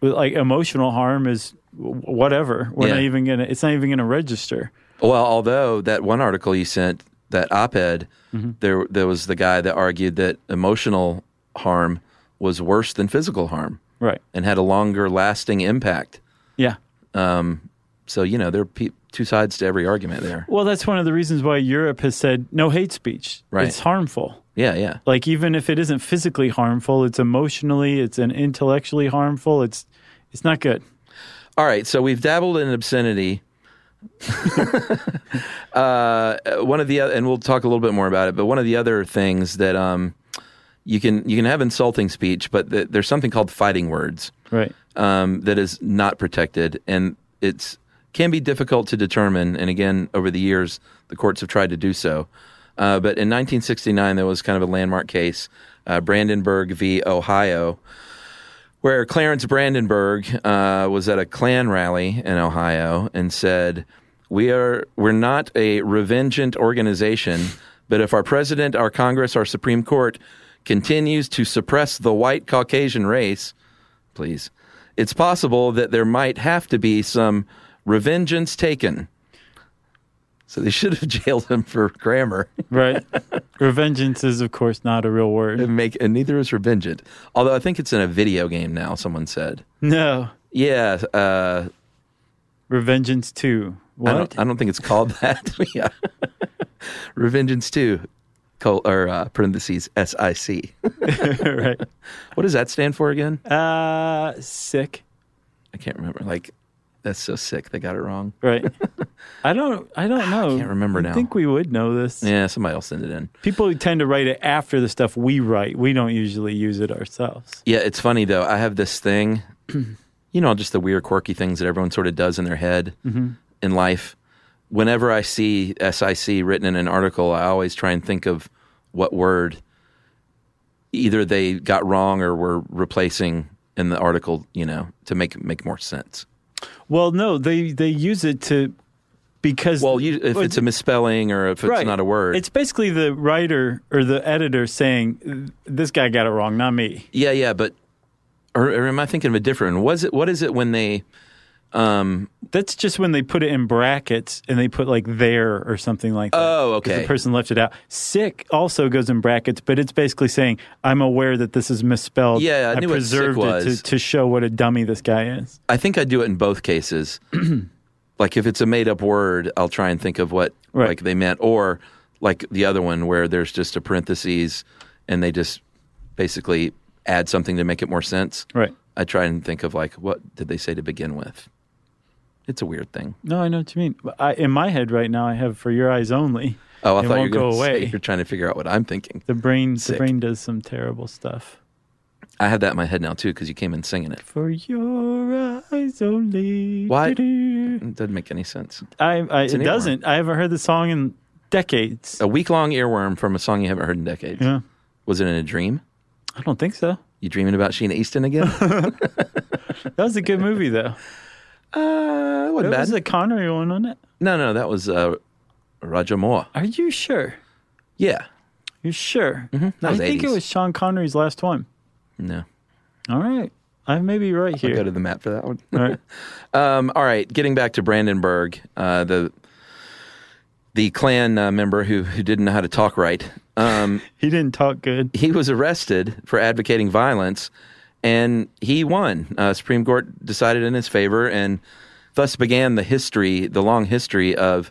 Speaker 4: like emotional harm is w- whatever. We're not
Speaker 2: Yeah.
Speaker 4: even gonna. It's not even gonna register.
Speaker 2: Well, although that one article you sent, that op-ed, there there was the guy that argued that emotional harm was worse than physical harm
Speaker 4: Right.
Speaker 2: and had a longer lasting impact.
Speaker 4: Yeah.
Speaker 2: Um, so you know there are pe- two sides to every argument there.
Speaker 4: Well, that's one of the reasons why Europe has said no hate speech.
Speaker 2: Right.
Speaker 4: It's harmful.
Speaker 2: Yeah, yeah.
Speaker 4: Like even if it isn't physically harmful, it's emotionally, it's an intellectually harmful. It's it's not good.
Speaker 2: All right, so we've dabbled in obscenity. uh, one of the oth- and we'll talk a little bit more about it, but one of the other things that um, you can you can have insulting speech, but th- there's something called fighting words
Speaker 4: Right.
Speaker 2: um, that is not protected, and it's can be difficult to determine. And again, over the years, the courts have tried to do so. Uh, but in 1969, there was kind of a landmark case, uh, Brandenburg v. Ohio, where Clarence Brandenburg uh, was at a Klan rally in Ohio and said, "We are we're not a revengeant organization, but if our president, our Congress, our Supreme Court continues to suppress the white Caucasian race, please, it's possible that there might have to be some revengeance taken." So they should have jailed him for grammar.
Speaker 4: Right. Revengeance is of course not a real word.
Speaker 2: And make and neither is revengeant. Although I think it's in a video game now. Someone said.
Speaker 4: No.
Speaker 2: Yeah, uh,
Speaker 4: Revengeance two.
Speaker 2: I
Speaker 4: What?
Speaker 2: don't, I don't think it's called that. yeah, Revengeance Two, col- or uh, parentheses S I C.
Speaker 4: Right.
Speaker 2: What does that stand for again?
Speaker 4: Uh sick.
Speaker 2: I can't remember. Like, that's so sick. They got it wrong.
Speaker 4: Right. I don't I don't know. I
Speaker 2: can't remember now.
Speaker 4: I think we would know this.
Speaker 2: Yeah, somebody else send it in.
Speaker 4: People tend to write it after the stuff we write. We don't usually use it ourselves.
Speaker 2: Yeah, it's funny though. I have this thing, you know, just the weird, quirky things that everyone sort of does in their head
Speaker 4: Mhm.
Speaker 2: in life. Whenever I see SIC written in an article, I always try and think of what word either they got wrong or were replacing in the article, you know, to make make more sense.
Speaker 4: Well, no, they they use it to because
Speaker 2: Well, you, if it's a misspelling or if it's
Speaker 4: Right.
Speaker 2: not a word,
Speaker 4: It's basically the writer or the editor saying, "This guy got it wrong, not me."
Speaker 2: Yeah, yeah, but or, or am I thinking of a different? one? Was it what is it when they Um,
Speaker 4: That's just when they put it in brackets and they put like there or something like that.
Speaker 2: Oh,
Speaker 4: 'Cause
Speaker 2: okay.
Speaker 4: The person left it out. Sick also goes in brackets, but it's basically saying, I'm aware that this is misspelled.
Speaker 2: Yeah, I knew what
Speaker 4: preserved
Speaker 2: sick
Speaker 4: it
Speaker 2: was.
Speaker 4: to, to show what a dummy this guy is.
Speaker 2: I think I do it in both cases. like if it's a made up word, I'll try and think of what like they meant, or like the other one where there's just a parentheses and they just basically add something to make it more sense.
Speaker 4: Right.
Speaker 2: I try and think of like what did they say to begin with. It's a weird thing.
Speaker 4: No, I know what you mean. But I, in my head right now, I have for your eyes only.
Speaker 2: Oh, I thought
Speaker 4: it
Speaker 2: you were
Speaker 4: won't go
Speaker 2: gonna say
Speaker 4: away.
Speaker 2: you're trying to figure out what I'm thinking.
Speaker 4: The brain, the
Speaker 2: Sick.
Speaker 4: brain does some terrible stuff.
Speaker 2: I have that in my head now too because you came in singing it.
Speaker 4: For your eyes only.
Speaker 2: Why?
Speaker 4: Do-do.
Speaker 2: It doesn't make any sense.
Speaker 4: I, I
Speaker 2: It's
Speaker 4: it
Speaker 2: an earworm.
Speaker 4: doesn't. I haven't heard the song in decades.
Speaker 2: A week long earworm from a song you haven't heard in decades.
Speaker 4: Yeah.
Speaker 2: Was it in a dream?
Speaker 4: I don't think so.
Speaker 2: You dreaming about Sheena Easton again?
Speaker 4: That was a good movie though.
Speaker 2: Uh, it wasn't
Speaker 4: That was
Speaker 2: bad.
Speaker 4: a Connery one, wasn't it?
Speaker 2: No, no, that was uh, Roger Moore.
Speaker 4: Are you sure?
Speaker 2: Yeah.
Speaker 4: You sure?
Speaker 2: Mm-hmm. That
Speaker 4: I
Speaker 2: was
Speaker 4: think it
Speaker 2: 80s.
Speaker 4: was Sean Connery's last one.
Speaker 2: No.
Speaker 4: All right. I may be right here.
Speaker 2: Go to the map for that one.
Speaker 4: All right.
Speaker 2: um, all right. Getting back to Brandenburg, uh, the the clan uh, member who who didn't know how to talk right. Um,
Speaker 4: he didn't talk good.
Speaker 2: He was arrested for advocating violence, and he won. Uh, Supreme Court decided in his favor, and thus began the history, the long history of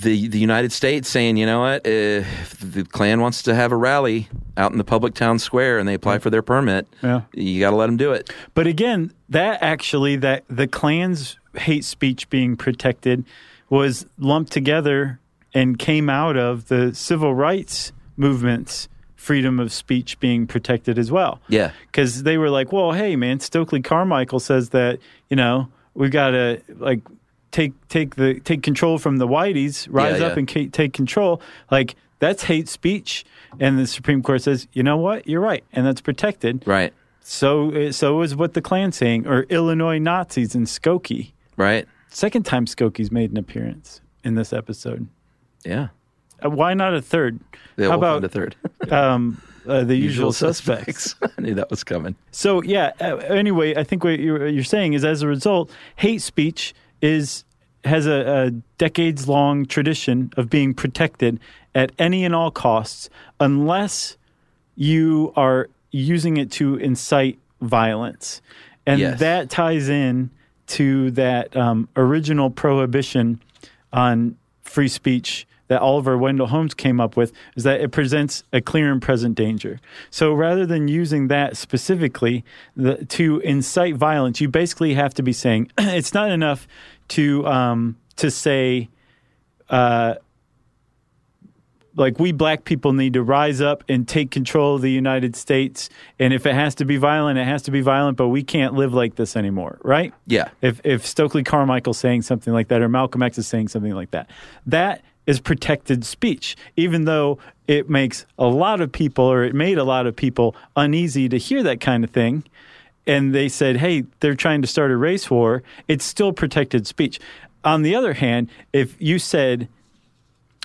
Speaker 2: the the United States saying, you know what, if the Klan wants to have a rally out in the public town square and they apply for their permit,
Speaker 4: Yeah.
Speaker 2: you got to let them do it.
Speaker 4: But again, that actually that the Klan's hate speech being protected was lumped together and came out of the civil rights movement's freedom of speech being protected as well.
Speaker 2: Yeah.
Speaker 4: because they were like, "Well, hey, man, Stokely Carmichael says that you know we got to like take take the take control from the whiteys, rise
Speaker 2: Yeah,
Speaker 4: up
Speaker 2: yeah.
Speaker 4: and ca- take control." Like that's hate speech, and the Supreme Court says, "You know what? You're right, and that's protected."
Speaker 2: Right.
Speaker 4: So uh, so is what the Klan saying, or Illinois Nazis in Skokie.
Speaker 2: Right.
Speaker 4: Second time Skokie's made an appearance in this episode.
Speaker 2: Yeah.
Speaker 4: Uh, why not a third?
Speaker 2: Yeah,
Speaker 4: How
Speaker 2: we'll
Speaker 4: about
Speaker 2: find a third.
Speaker 4: um, uh, the usual, suspects.
Speaker 2: I knew that was coming.
Speaker 4: So yeah. Uh, anyway, I think what you're, you're saying is, as a result, hate speech is has a, a decades long tradition of being protected at any and all costs, unless you are using it to incite violence, and
Speaker 2: Yes.
Speaker 4: that ties in to that um, original prohibition on free speech that Oliver Wendell Holmes came up with is that it presents a clear and present danger. So rather than using that specifically the, to incite violence, you basically have to be saying it's not enough to um, to say. Uh, like we black people need to rise up and take control of the United States and if it has to be violent it has to be violent but we can't live like this anymore right
Speaker 2: Yeah.
Speaker 4: if if Stokely Carmichael's saying something like that or Malcolm X is saying something like that that is protected speech even though it makes a lot of people or it made a lot of people uneasy to hear that kind of thing and they said, hey, they're trying to start a race war, it's still protected speech. On the other hand, if you said,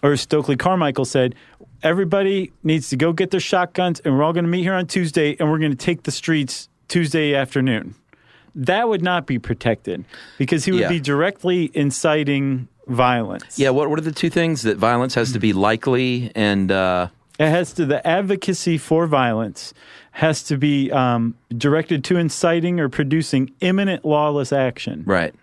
Speaker 4: or Stokely Carmichael said, everybody needs to go get their shotguns and we're all going to meet here on Tuesday and we're going to take the streets Tuesday afternoon, that would not be protected because he would
Speaker 2: Yeah.
Speaker 4: be directly inciting violence.
Speaker 2: Yeah. What, what are the two things that violence has to be likely and uh,
Speaker 4: It has to the advocacy for violence has to be um, directed to inciting or producing imminent lawless action.
Speaker 2: Right.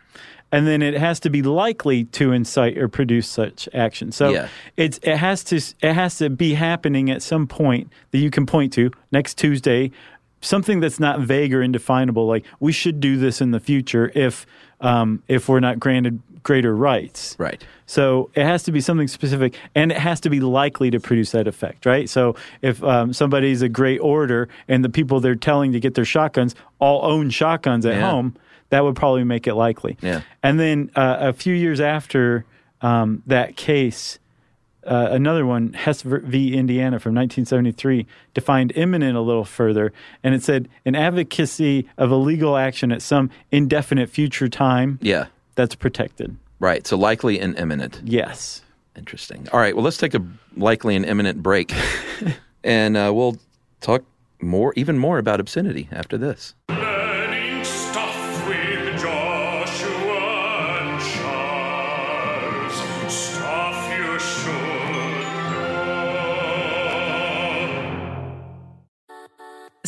Speaker 4: And then it has to be likely to incite or produce such action. So
Speaker 2: Yeah.
Speaker 4: it's it has to it has to be happening at some point that you can point to next Tuesday, something that's not vague or indefinable. Like we should do this in the future if um, if we're not granted greater rights.
Speaker 2: Right.
Speaker 4: So it has to be something specific, and it has to be likely to produce that effect, right? So if um, somebody's a great orator, and the people they're telling to get their shotguns all own shotguns at
Speaker 2: Yeah.
Speaker 4: home, that would probably make it likely.
Speaker 2: Yeah.
Speaker 4: And then uh, a few years after um, that case, uh, another one, Hess v. Indiana from 1973, defined imminent a little further. And it said an advocacy of a legal action at some indefinite future time
Speaker 2: yeah.
Speaker 4: that's protected.
Speaker 2: Right. So likely and imminent.
Speaker 4: Yes.
Speaker 2: Interesting. All right. Well, let's take a likely and imminent break, and uh, we'll talk more, even more about obscenity after this.
Speaker 5: Learning stuff with Joshua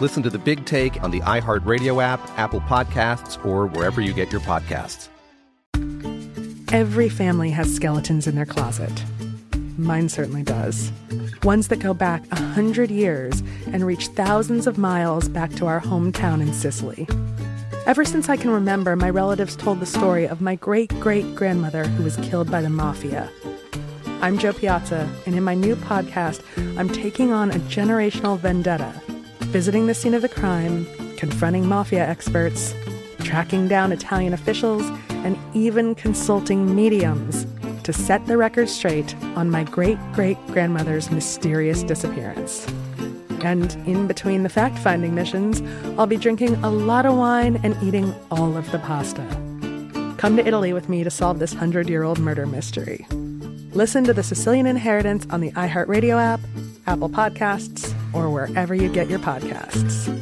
Speaker 6: Listen to the big take on the iHeartRadio app, Apple Podcasts, or wherever you get your podcasts.
Speaker 8: Every family has skeletons in their closet. Mine certainly does. Ones that go back a hundred years and reach thousands of miles back to our hometown in Sicily. Ever since I can remember, my relatives told the story of my great great grandmother who was killed by the mafia. I'm Joe Piazza, and in my new podcast, I'm taking on a generational vendetta, visiting the scene of the crime, confronting mafia experts, tracking down Italian officials, and even consulting mediums to set the record straight on my great great grandmother's mysterious disappearance. And in between the fact finding missions, I'll be drinking a lot of wine and eating all of the pasta. Come to Italy with me to solve this 100 year old murder mystery. Listen to The Sicilian Inheritance on the iHeartRadio app, Apple Podcasts, or wherever you get your podcasts.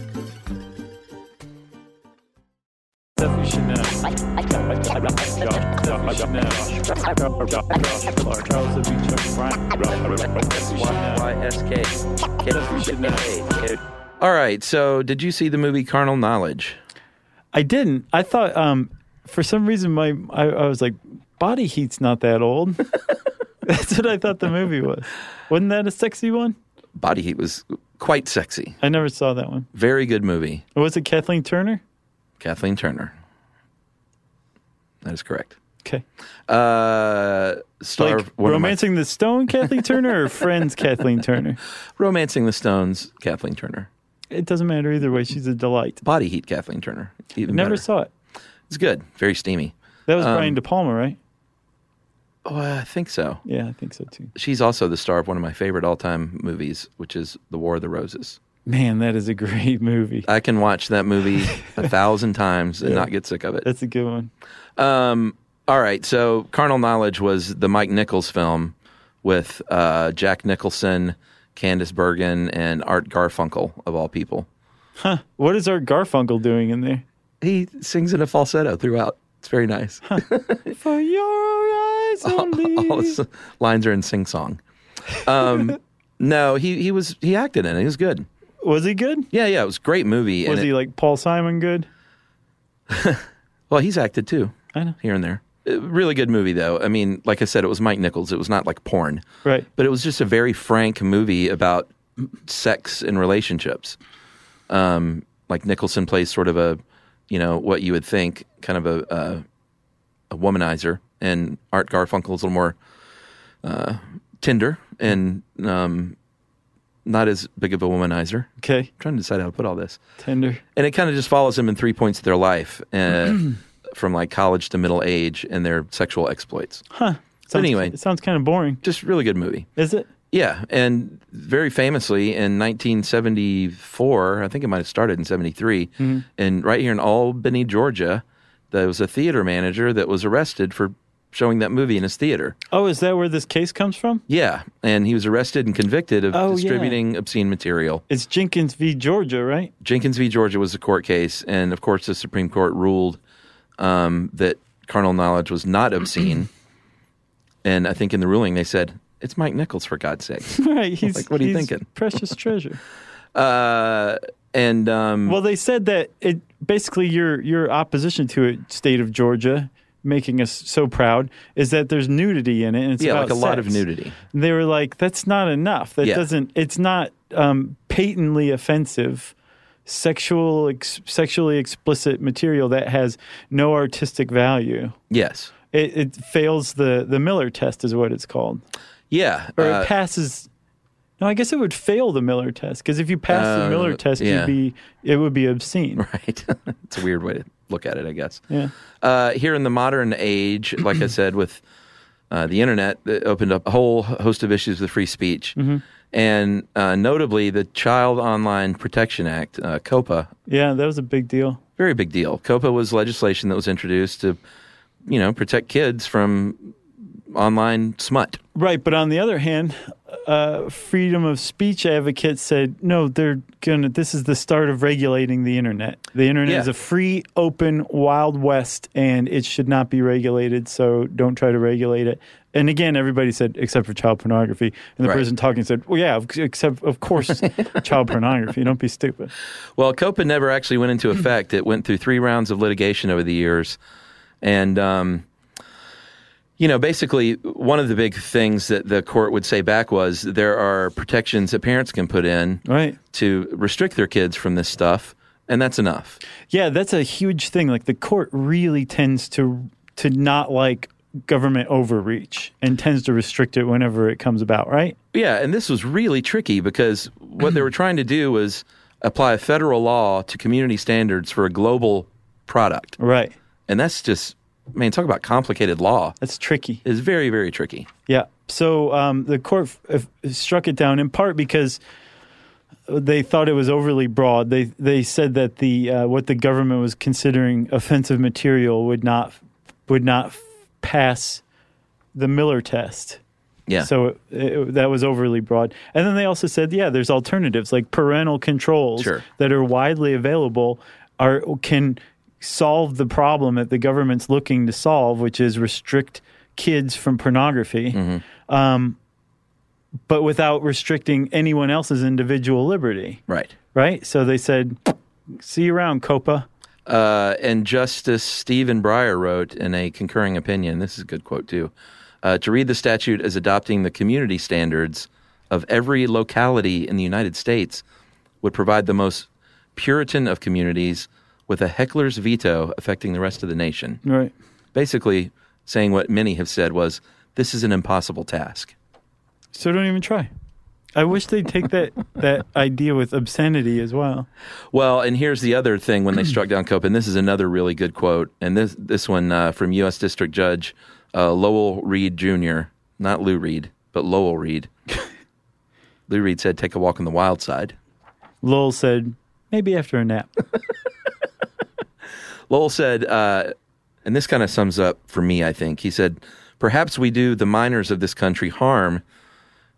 Speaker 4: Stuff you should know. Stuff you should know. Charles W. Chuck Bryant. Stuff you should know. Stuff you should know.
Speaker 2: All right. So, did you see the movie Carnal Knowledge?
Speaker 4: I didn't. I thought um, for some reason my I, I was like, body heat's not that old. That's what I thought the movie was. Wasn't that a sexy one?
Speaker 2: Body Heat was quite sexy.
Speaker 4: I never saw that one.
Speaker 2: Very good movie.
Speaker 4: Was it Kathleen Turner?
Speaker 2: Kathleen Turner. That is correct.
Speaker 4: Okay.
Speaker 2: Uh, star one
Speaker 4: Like
Speaker 2: of my-
Speaker 4: Romancing the Stone, Kathleen Turner, or Friends, Kathleen Turner?
Speaker 2: Romancing the Stones, Kathleen Turner.
Speaker 4: It doesn't matter either way. She's a delight.
Speaker 2: Body Heat, Kathleen Turner. Even
Speaker 4: Never
Speaker 2: better.
Speaker 4: saw it.
Speaker 2: It's good. Very steamy.
Speaker 4: That was
Speaker 2: Um,
Speaker 4: Brian De Palma, right?
Speaker 2: Oh, I think so.
Speaker 4: Yeah, I think so too.
Speaker 2: She's also the star of one of my favorite all-time movies, which is The War of the Roses.
Speaker 4: Man, that is a great movie.
Speaker 2: I can watch that movie a thousand times and
Speaker 4: Yeah.
Speaker 2: not get sick of it.
Speaker 4: That's a good one.
Speaker 2: Um, All right. So, Carnal Knowledge was the Mike Nichols film with uh, Jack Nicholson, Candice Bergen, and Art Garfunkel, of all people.
Speaker 4: Huh. What is Art Garfunkel doing in there?
Speaker 2: He sings in a falsetto throughout. It's very nice.
Speaker 4: For your eyes only.
Speaker 2: all his lines are in sing song. Um, no, he, he was he acted in it. He was good.
Speaker 4: Was he good?
Speaker 2: Yeah, yeah. It was a great movie. and
Speaker 4: Was
Speaker 2: it-
Speaker 4: he like Paul Simon good?
Speaker 2: Well, he's acted too.
Speaker 4: I know.
Speaker 2: Here and there. Uh, Really good movie, though. I mean, like I said, it was Mike Nichols. It was not like porn.
Speaker 4: Right.
Speaker 2: But it was just a very frank movie about sex and relationships. Um, like Nicholson plays sort of a, you know, what you would think kind of a, a, a womanizer, and Art Garfunkel's a little more uh, tender and um, not as big of a womanizer.
Speaker 4: Okay.
Speaker 2: trying to decide how to put all this.
Speaker 4: Tender.
Speaker 2: And it kind of just follows them in three points of their life, uh, from like college to middle age, and their sexual exploits.
Speaker 4: Huh.
Speaker 2: But
Speaker 4: Sounds-
Speaker 2: anyway,
Speaker 4: it sounds kind of boring.
Speaker 2: Just really good movie.
Speaker 4: Is it?
Speaker 2: Yeah, and very famously in 1974, I think it might have started in 73,
Speaker 4: Mhm.
Speaker 2: and right here in Albany, Georgia, there was a theater manager that was arrested for showing that movie in his theater.
Speaker 4: Oh, is that where this case comes from?
Speaker 2: Yeah, and he was arrested and convicted of
Speaker 4: Oh, yeah.
Speaker 2: distributing obscene material.
Speaker 4: It's Jenkins v. Georgia, right?
Speaker 2: Jenkins v. Georgia was the court case, and of course, the Supreme Court ruled um, that carnal knowledge was not obscene. and I think in the ruling they said it's Mike Nichols for God's sake.
Speaker 4: right. He's
Speaker 2: like, what are you
Speaker 4: he's
Speaker 2: thinking?
Speaker 4: Precious treasure.
Speaker 2: Uh, and um,
Speaker 4: Well, they said that it basically your your opposition to it, state of Georgia, making us so proud, is that there's nudity in it. And it's
Speaker 2: yeah,
Speaker 4: about
Speaker 2: like a lot of
Speaker 4: sex.
Speaker 2: nudity.
Speaker 4: And They were like, that's not enough. That
Speaker 2: Yeah.
Speaker 4: doesn't. It's not um, patently offensive. Sexual, ex- sexually explicit material that has no artistic value.
Speaker 2: Yes.
Speaker 4: It, it fails the the Miller test, is what it's called,
Speaker 2: Yeah.
Speaker 4: or
Speaker 2: uh,
Speaker 4: it passes. No, I guess it would fail the Miller test because if you pass
Speaker 2: Uh,
Speaker 4: the Miller test,
Speaker 2: yeah.
Speaker 4: you'd be it would be obscene.
Speaker 2: Right. it's a weird way to look at it, I guess.
Speaker 4: Yeah.
Speaker 2: Uh, here in the modern age, like I said, with uh, the internet, it opened up a whole host of issues with free speech.
Speaker 4: Mhm.
Speaker 2: And uh, notably, the Child Online Protection Act, uh, COPA,
Speaker 4: Yeah, that was a big deal.
Speaker 2: very big deal. COPA was legislation that was introduced to, you know, protect kids from online smut.
Speaker 4: Right, but on the other hand, uh, freedom of speech advocates said no. They're gonna. This is the start of regulating the internet. The internet
Speaker 2: Yeah.
Speaker 4: is a free, open, wild west, and it should not be regulated. So don't try to regulate it. And again, everybody said except for child pornography. And the
Speaker 2: Right.
Speaker 4: person talking said, "Well, yeah, of- except of course, child pornography. Don't be stupid."
Speaker 2: Well, COPA never actually went into effect. It went through three rounds of litigation over the years. And, um, you know, basically, one of the big things that the court would say back was there are protections that parents can put in
Speaker 4: Right.
Speaker 2: to restrict their kids from this stuff, and that's enough.
Speaker 4: Yeah, that's a huge thing. Like the court really tends to to not like government overreach and tends to restrict it whenever it comes about, right?
Speaker 2: Yeah, and this was really tricky because what they were trying to do was apply federal law to community standards for a global product.
Speaker 4: Right.
Speaker 2: And that's just, man, talk about complicated law.
Speaker 4: That's tricky.
Speaker 2: It's very, very tricky.
Speaker 4: Yeah. So um, the court f- f- struck it down in part because they thought it was overly broad. They they said that the uh, what the government was considering offensive material would not would not f- pass the Miller test.
Speaker 2: Yeah.
Speaker 4: So it, it, that was overly broad. And then they also said, yeah, there's alternatives like parental controls
Speaker 2: Sure.
Speaker 4: that are widely available are can solve the problem that the government's looking to solve, which is restrict kids from pornography.
Speaker 2: Mm-hmm.
Speaker 4: Um, but without restricting anyone else's individual liberty.
Speaker 2: Right.
Speaker 4: Right? So they said, see you around, Copa.
Speaker 2: Uh, and Justice Stephen Breyer wrote in a concurring opinion, this is a good quote too, uh, to read the statute as adopting the community standards of every locality in the United States would provide the most Puritan of communities with a heckler's veto affecting the rest of the nation.
Speaker 4: Right.
Speaker 2: Basically, saying what many have said was, this is an impossible task.
Speaker 4: So don't even try. I wish they'd take that, that idea with obscenity as well.
Speaker 2: Well, and here's the other thing when they struck down Cope, and this is another really good quote, and this this one uh, from U.S. District Judge uh, Lowell Reed Jr., not Lou Reed, but Lowell Reed. Lou Reed said, "Take a walk on the wild side."
Speaker 4: Lowell said, maybe after a nap.
Speaker 2: Lowell said, uh, And this kind of sums up for me, I think. He said, Perhaps we do the miners of this country harm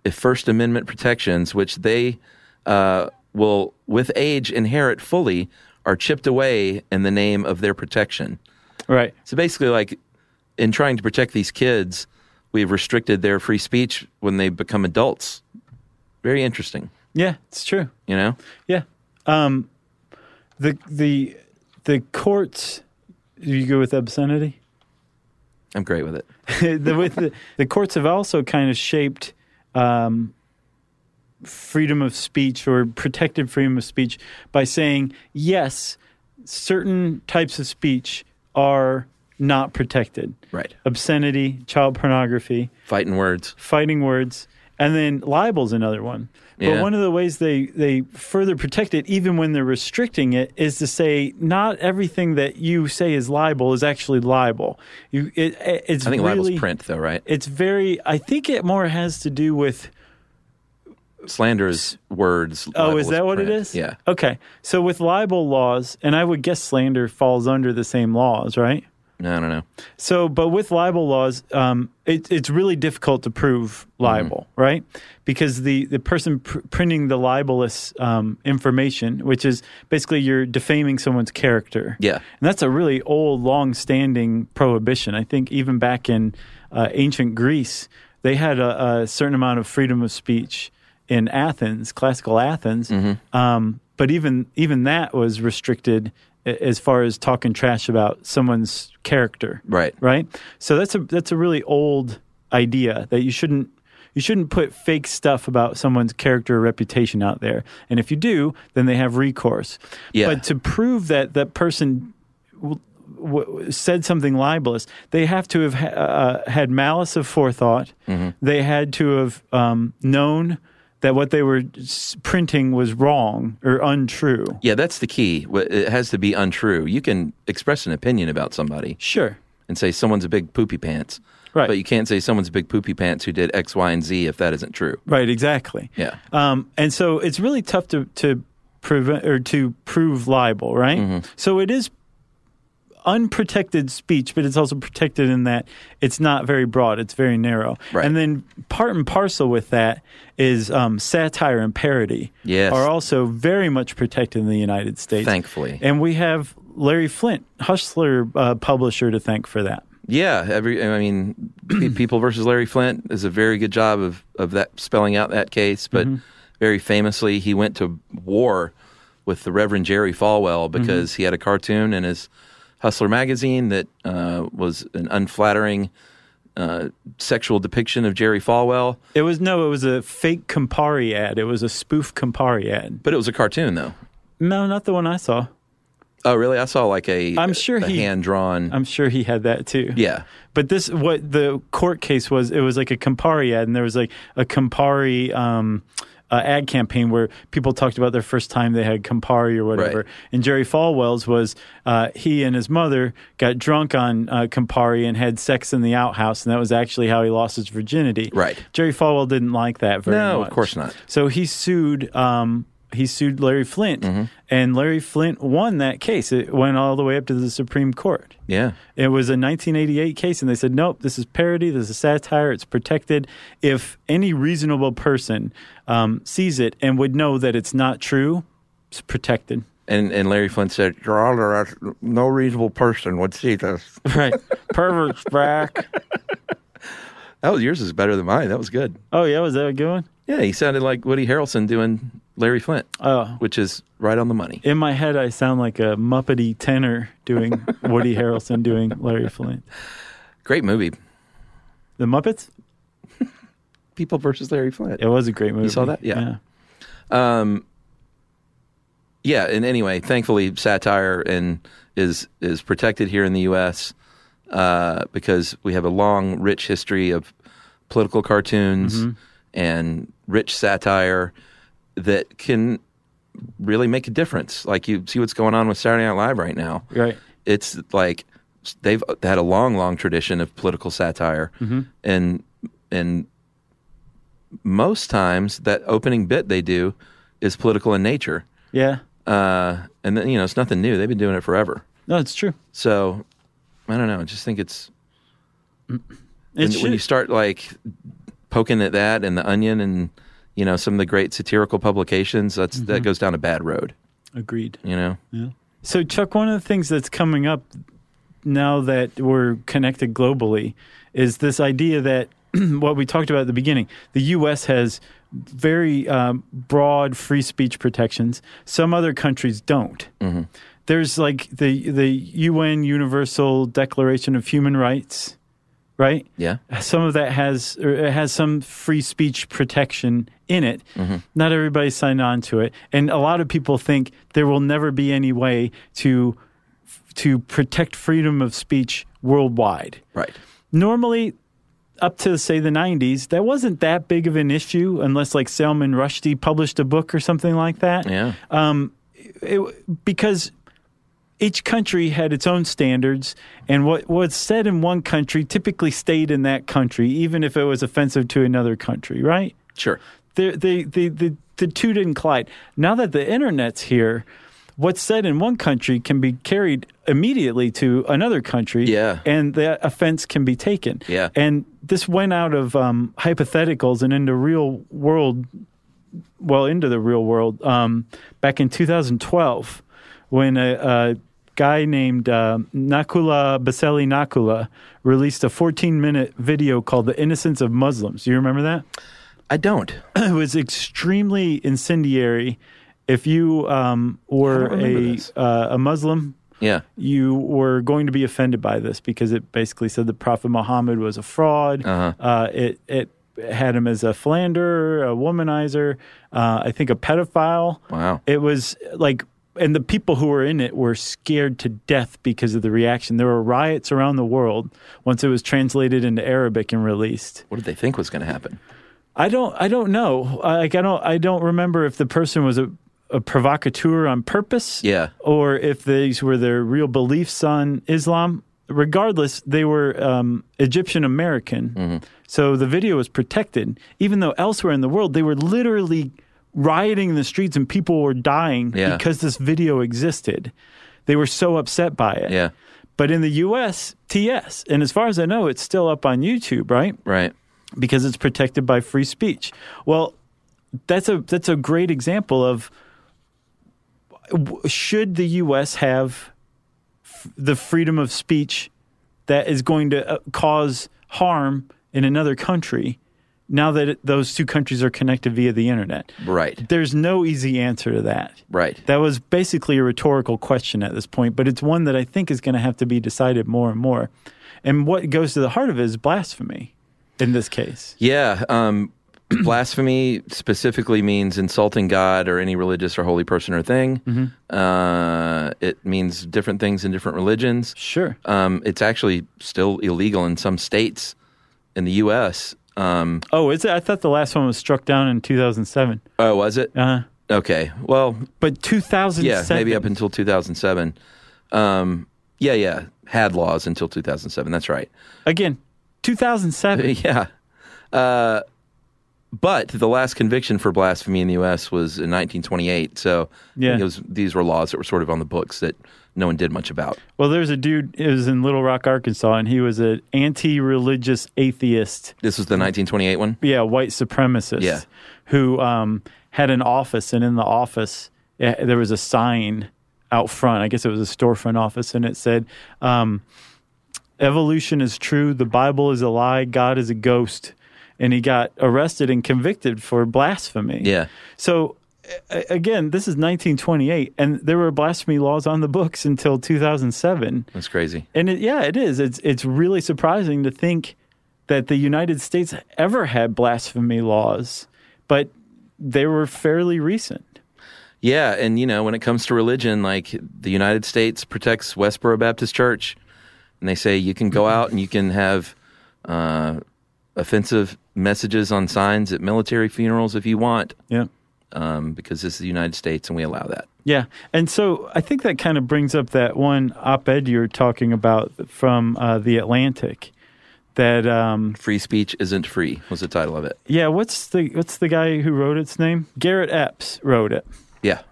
Speaker 2: if First Amendment protections, which they uh, will with age inherit fully, are chipped away in the name of their protection.
Speaker 4: Right.
Speaker 2: So basically, like in trying to protect these kids, we've restricted their free speech when they become adults. Very interesting,
Speaker 4: Yeah, it's true.
Speaker 2: you know?
Speaker 4: Yeah. Um, the the the courts. You go with obscenity.
Speaker 2: I'm great with it.
Speaker 4: the, with the, the courts have also kind of shaped um, freedom of speech or protected freedom of speech by saying yes, certain types of speech are not protected.
Speaker 2: Right.
Speaker 4: Obscenity, child pornography,
Speaker 2: Fighting words.
Speaker 4: fighting words, and then libel's another one. But
Speaker 2: Yeah.
Speaker 4: one of the ways they they further protect it, even when they're restricting it, is to say not everything that you say is libel is actually libel. You, it, it- it's
Speaker 2: I think
Speaker 4: really,
Speaker 2: libel's print, though, right?
Speaker 4: It's very. I think it more has to do with.
Speaker 2: Slander is words.
Speaker 4: Oh,
Speaker 2: libel
Speaker 4: is that what it
Speaker 2: print.
Speaker 4: is?
Speaker 2: Yeah.
Speaker 4: Okay. So with libel laws, and I would guess slander falls under the same laws, right?
Speaker 2: No, I don't know.
Speaker 4: So, but with libel laws, um, it, it's really difficult to prove libel,
Speaker 2: Mm-hmm.
Speaker 4: right? Because the the person pr- printing the libelous um, information, which is basically you're defaming someone's character,
Speaker 2: Yeah.
Speaker 4: and that's a really old, long-standing prohibition. I think even back in uh, ancient Greece, they had a, a certain amount of freedom of speech in Athens, classical Athens.
Speaker 2: Mm-hmm.
Speaker 4: Um, but even even that was restricted a- as far as talking trash about someone's character.
Speaker 2: Right.
Speaker 4: Right. So that's a that's a really old idea that you shouldn't you shouldn't put fake stuff about someone's character or reputation out there. And if you do, then they have recourse.
Speaker 2: Yeah.
Speaker 4: But to prove that that person w- w- said something libelous, they have to have ha- uh, had malice of forethought. They had to have um, known that what they were s- printing was wrong or untrue.
Speaker 2: Yeah, that's the key. Wh- It has to be untrue. You can express an opinion about somebody
Speaker 4: Sure.
Speaker 2: and say someone's a big poopy pants.
Speaker 4: Right.
Speaker 2: But you can't say someone's a big poopy pants who did X, Y, and Z if that isn't true.
Speaker 4: Right. Exactly.
Speaker 2: Yeah.
Speaker 4: Um, and so it's really tough to to prevent or to prove libel, right?
Speaker 2: Mm-hmm.
Speaker 4: So it is unprotected speech, but it's also protected in that it's not very broad; it's very narrow.
Speaker 2: Right.
Speaker 4: And then part and parcel with that is um, satire and parody.
Speaker 2: Yes.
Speaker 4: are also very much protected in the United States,
Speaker 2: Thankfully.
Speaker 4: And we have Larry Flint, Hustler uh, publisher, to thank for that.
Speaker 2: Yeah, every I mean, Pe- People versus Larry Flint is a very good job of of that spelling out that case, but
Speaker 4: Mm-hmm.
Speaker 2: very famously he went to war with the Reverend Jerry Falwell
Speaker 4: Mm-hmm.
Speaker 2: because he had a cartoon in his Hustler magazine that uh, was an unflattering uh, sexual depiction of Jerry Falwell,
Speaker 4: It was no, it was a fake Campari ad. It was a spoof Campari ad.
Speaker 2: but it was a cartoon though.
Speaker 4: No, not the one I saw.
Speaker 2: Oh, really? I saw like a
Speaker 4: I'm sure
Speaker 2: a
Speaker 4: he-
Speaker 2: hand drawn.
Speaker 4: I'm sure he had that too.
Speaker 2: Yeah,
Speaker 4: But this, what the court case was, it was like a Campari ad, and there was like a Campari um, uh, ad campaign where people talked about their first time they had Campari or whatever.
Speaker 2: Right.
Speaker 4: And Jerry Falwell's was uh, he and his mother got drunk on uh, Campari and had sex in the outhouse, and that was actually how he lost his virginity.
Speaker 2: Right.
Speaker 4: Jerry Falwell didn't like that very much.
Speaker 2: No, of course not.
Speaker 4: So he sued. Um, he sued Larry Flint,
Speaker 2: Mm-hmm.
Speaker 4: and Larry Flint won that case. It went all the way up to the Supreme Court.
Speaker 2: yeah.
Speaker 4: It was a 1988 case, and they said, nope, this is parody, this is satire, it's protected. If any reasonable person um, sees it and would know that it's not true, it's protected.
Speaker 2: And and Larry Flint said, "Your Honor, I- no reasonable person would see this."
Speaker 4: Right. Pervert's back.
Speaker 2: That was yours is better than mine. That was good.
Speaker 4: Oh, yeah, was that a good one?
Speaker 2: Yeah, he sounded like Woody Harrelson doing Larry Flint,
Speaker 4: Oh.
Speaker 2: which is right on the money.
Speaker 4: In my head, I sound like a Muppety tenor doing Woody Harrelson doing Larry Flint.
Speaker 2: Great movie.
Speaker 4: The Muppets?
Speaker 2: People versus Larry Flint.
Speaker 4: It was a great movie.
Speaker 2: saw that? Yeah. Um, yeah, and anyway, thankfully, satire and is is protected here in the U.S. Uh, because we have a long, rich history of political cartoons
Speaker 4: Mm-hmm.
Speaker 2: and rich satire that can really make a difference. Like you see what's going on with Saturday Night Live right now.
Speaker 4: yeah. Right.
Speaker 2: it's like they've had a long, long tradition of political satire,
Speaker 4: Mm-hmm.
Speaker 2: and and most times that opening bit they do is political in nature,
Speaker 4: Yeah.
Speaker 2: uh, and then you know it's nothing new. They've been doing it forever.
Speaker 4: No, it's true.
Speaker 2: So, I don't know. I just think it's
Speaker 4: It
Speaker 2: when, when you
Speaker 4: should-
Speaker 2: start like poking at that and the Onion and you know some of the great satirical publications. That's that
Speaker 4: Mhm.
Speaker 2: goes down a bad road.
Speaker 4: Agreed.
Speaker 2: You know.
Speaker 4: Yeah. So, Chuck, one of the things that's coming up now that we're connected globally is this idea that what we talked about at the beginning the U.S. has very um, broad free speech protections, some other countries don't. There's like the, the UN Universal Declaration of Human Rights, right?
Speaker 2: Yeah.
Speaker 4: Some of that has or it has some free speech protection in it. Not everybody signed on to it, and a lot of people think there will never be any way to to protect freedom of speech worldwide.
Speaker 2: Right.
Speaker 4: Normally, up to say the 90s, that wasn't that big of an issue unless like Salman Rushdie published a book or something like that.
Speaker 2: Yeah.
Speaker 4: Um, it, because each country had its own standards, and what was said in one country typically stayed in that country, even if it was offensive to another country, right?
Speaker 2: Sure.
Speaker 4: The, the, the, the, the two didn't collide. Now that the internet's here, what's said in one country can be carried immediately to another country,
Speaker 2: Yeah.
Speaker 4: and that offense can be taken.
Speaker 2: Yeah.
Speaker 4: And this went out of um, hypotheticals and into real world well into the real world um, back in 2012 when a, a guy named uh, Nakula Baseli Nakula released a 14 minute video called The Innocence of Muslims. Do you remember that?
Speaker 2: I don't.
Speaker 4: it was extremely incendiary. If you um, were
Speaker 2: remember
Speaker 4: a, uh, a Muslim,
Speaker 2: Yeah.
Speaker 4: you were going to be offended by this because it basically said the Prophet Muhammad was a fraud.
Speaker 2: Uh-huh.
Speaker 4: Uh, it it had him as a philanderer, a womanizer, uh, I think a pedophile.
Speaker 2: Wow.
Speaker 4: It was like, and the people who were in it were scared to death because of the reaction. There were riots around the world once it was translated into Arabic and released.
Speaker 2: What did they think was going to happen?
Speaker 4: I don't I don't know. I- Like I don't I don't remember if the person was a, a provocateur on purpose.
Speaker 2: Yeah.
Speaker 4: Or if these were their real beliefs on Islam. Regardless, they were um, Egyptian American.
Speaker 2: Mm-hmm.
Speaker 4: So the video was protected, even though elsewhere in the world they were literally rioting in the streets and people were dying
Speaker 2: Yeah.
Speaker 4: because this video existed. They were so upset by it.
Speaker 2: Yeah.
Speaker 4: But in the US, TS. And as far as I know, it's still up on YouTube, right?
Speaker 2: Right.
Speaker 4: because it's protected by free speech. Well, that's a that's a great example of w- should the U.S. have f- the freedom of speech that is going to uh, cause harm in another country? Now that it, those two countries are connected via the internet,
Speaker 2: Right.
Speaker 4: there's no easy answer to that.
Speaker 2: Right.
Speaker 4: That was basically a rhetorical question at this point, but it's one that I think is going to have to be decided more and more. And what goes to the heart of it is blasphemy in this case.
Speaker 2: Yeah. Um, blasphemy specifically means insulting God or any religious or holy person or thing.
Speaker 4: Mhm.
Speaker 2: Uh, it means different things in different religions.
Speaker 4: Sure.
Speaker 2: Um, it's actually still illegal in some states in the U.S. Um,
Speaker 4: Oh, is it? I thought the last one was struck down in 2007.
Speaker 2: oh, was it?
Speaker 4: Uh,
Speaker 2: Okay. Well,
Speaker 4: but 2007.
Speaker 2: Yeah, maybe up until 2007. Um, yeah, yeah. Had laws until 2007. That's right.
Speaker 4: Again, 2007.
Speaker 2: yeah. Uh, but the last conviction for blasphemy in the U.S. was in 1928. So I
Speaker 4: Yeah.
Speaker 2: think it was, these were laws that were sort of on the books that no one did much about.
Speaker 4: Well, there was a dude, it was in Little Rock, Arkansas, and he was an anti religious atheist.
Speaker 2: This was the 1928 one?
Speaker 4: yeah, white supremacist
Speaker 2: Yeah.
Speaker 4: who um, had an office, and in the office eh, there was a sign out front. I guess it was a storefront office, and it said, um, "Evolution is true. The Bible is a lie. God is a ghost." And he got arrested and convicted for blasphemy.
Speaker 2: Yeah.
Speaker 4: So a- again, this is 1928, and there were blasphemy laws on the books until 2007.
Speaker 2: That's crazy.
Speaker 4: And it, yeah, it is. It's it's really surprising to think that the United States ever had blasphemy laws, but they were fairly recent.
Speaker 2: Yeah, and you know, when it comes to religion, like the United States protects Westboro Baptist Church, and they say you can go out and you can have uh, offensive messages on signs at military funerals if you want,
Speaker 4: Yeah.
Speaker 2: um, because this is the United States and we allow that.
Speaker 4: Yeah. And so I think that kind of brings up that one op ed you're talking about from uh, The Atlantic that, um,
Speaker 2: Free speech isn't free was the title of it.
Speaker 4: yeah, what's the, what's the guy who wrote its name? Garrett Epps wrote it.
Speaker 2: Yeah,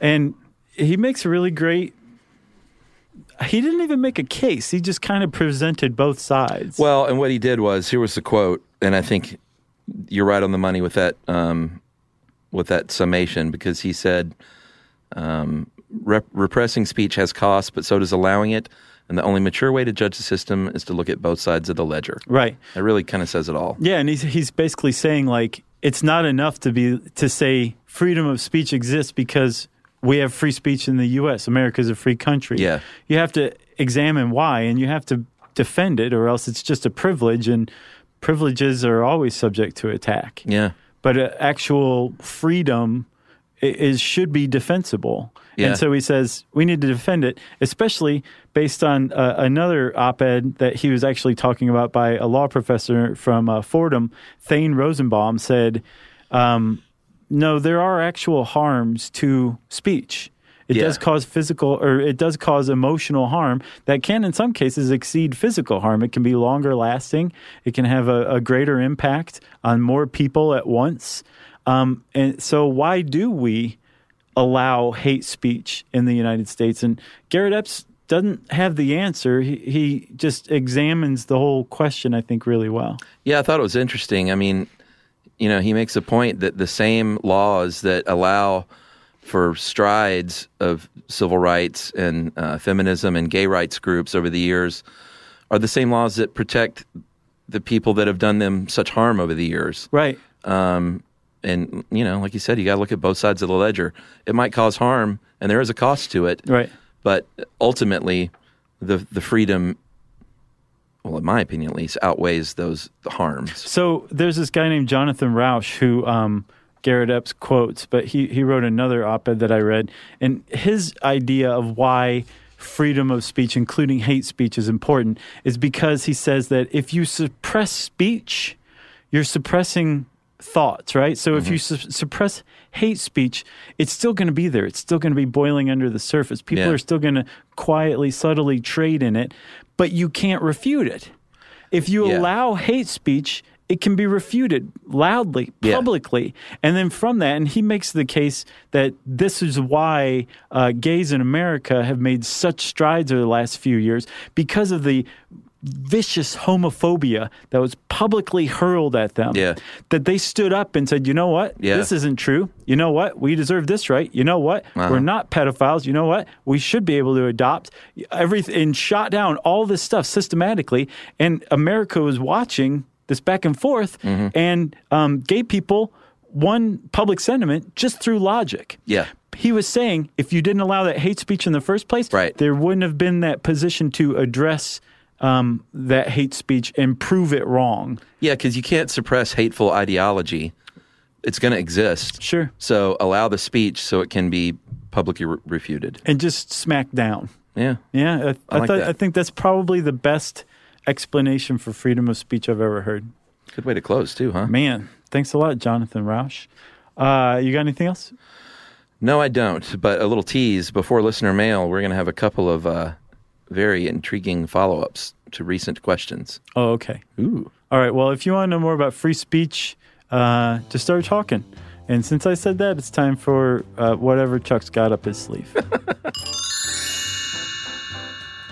Speaker 4: And he makes a really great he didn't even make a case. He just kind of presented both sides.
Speaker 2: Well, and what he did was here was the quote, and I think you're right on the money with that um, with that summation because he said um, rep- repressing speech has costs, but so does allowing it. And the only mature way to judge the system is to look at both sides of the ledger.
Speaker 4: Right.
Speaker 2: That really kind of says it all.
Speaker 4: Yeah, and he's he's basically saying like it's not enough to be to say freedom of speech exists because we have free speech in the U.S. America's a free country.
Speaker 2: Yeah.
Speaker 4: You have to examine why, and you have to defend it, or else it's just a privilege, and privileges are always subject to attack.
Speaker 2: Yeah.
Speaker 4: But uh, actual freedom i- is should be defensible.
Speaker 2: Yeah.
Speaker 4: And so he says we need to defend it, especially based on uh, another op-ed that he was actually talking about by a law professor from uh, Fordham, Thane Rosenbaum said, um, "No, there are actual harms to speech. It
Speaker 2: Yeah.
Speaker 4: does cause physical or it does cause emotional harm that can, in some cases, exceed physical harm. It can be longer lasting. It can have a, a greater impact on more people at once. Um, and so, why do we allow hate speech in the United States? And Garrett Epps doesn't have the answer. He, he just examines the whole question, I think, really well.
Speaker 2: Yeah, I thought it was interesting. I mean, you know, he makes a point that the same laws that allow for strides of civil rights and uh, feminism and gay rights groups over the years are the same laws that protect the people that have done them such harm over the years.
Speaker 4: Right.
Speaker 2: Um, and, you know, like you said, you got to look at both sides of the ledger. It might cause harm, and there is a cost to it.
Speaker 4: Right.
Speaker 2: But ultimately, the, the freedom, well, in my opinion at least, outweighs those harms.
Speaker 4: So there's this guy named Jonathan Rausch who um, Garrett Epps quotes, but he, he wrote another op ed that I read. And his idea of why freedom of speech, including hate speech, is important is because he says that if you suppress speech, you're suppressing thoughts, right? So if you su- suppress hate speech, it's still going to be there. It's still going to be boiling under the surface. People
Speaker 2: Yeah.
Speaker 4: are still going to quietly, subtly trade in it, but you can't refute it. If you allow hate speech, it can be refuted loudly,
Speaker 2: Yeah.
Speaker 4: publicly. And then from that, and he makes the case that this is why uh, gays in America have made such strides over the last few years because of the vicious homophobia that was publicly hurled at them.
Speaker 2: Yeah.
Speaker 4: That they stood up and said, you know what?
Speaker 2: Yeah.
Speaker 4: This isn't true. You know what? We deserve this right. You know what?
Speaker 2: Uh-huh.
Speaker 4: We're not pedophiles. You know what? We should be able to adopt everything and shot down all this stuff systematically. And America was watching this back and forth,
Speaker 2: Mm-hmm.
Speaker 4: and um, gay people won public sentiment just through logic.
Speaker 2: Yeah.
Speaker 4: He was saying if you didn't allow that hate speech in the first place, right. there wouldn't have been that position to address um, that hate speech and prove it wrong.
Speaker 2: Yeah, because you can't suppress hateful ideology. It's going to exist.
Speaker 4: Sure.
Speaker 2: So allow the speech so it can be publicly re- refuted.
Speaker 4: and just smack down.
Speaker 2: Yeah.
Speaker 4: Yeah, I,
Speaker 2: I
Speaker 4: I,
Speaker 2: like
Speaker 4: thought,
Speaker 2: that.
Speaker 4: I think that's probably the best explanation for freedom of speech I've ever heard.
Speaker 2: Good way to close, too, huh?
Speaker 4: Man, thanks a lot, Jonathan Rausch. Uh, you got anything else?
Speaker 2: No, I don't. But a little tease before listener mail, we're going to have a couple of uh, very intriguing follow ups to recent questions.
Speaker 4: Oh, okay.
Speaker 2: Ooh.
Speaker 4: All right. Well, if you want to know more about free speech, uh, just start talking. And since I said that, it's time for uh, whatever Chuck's got up his sleeve.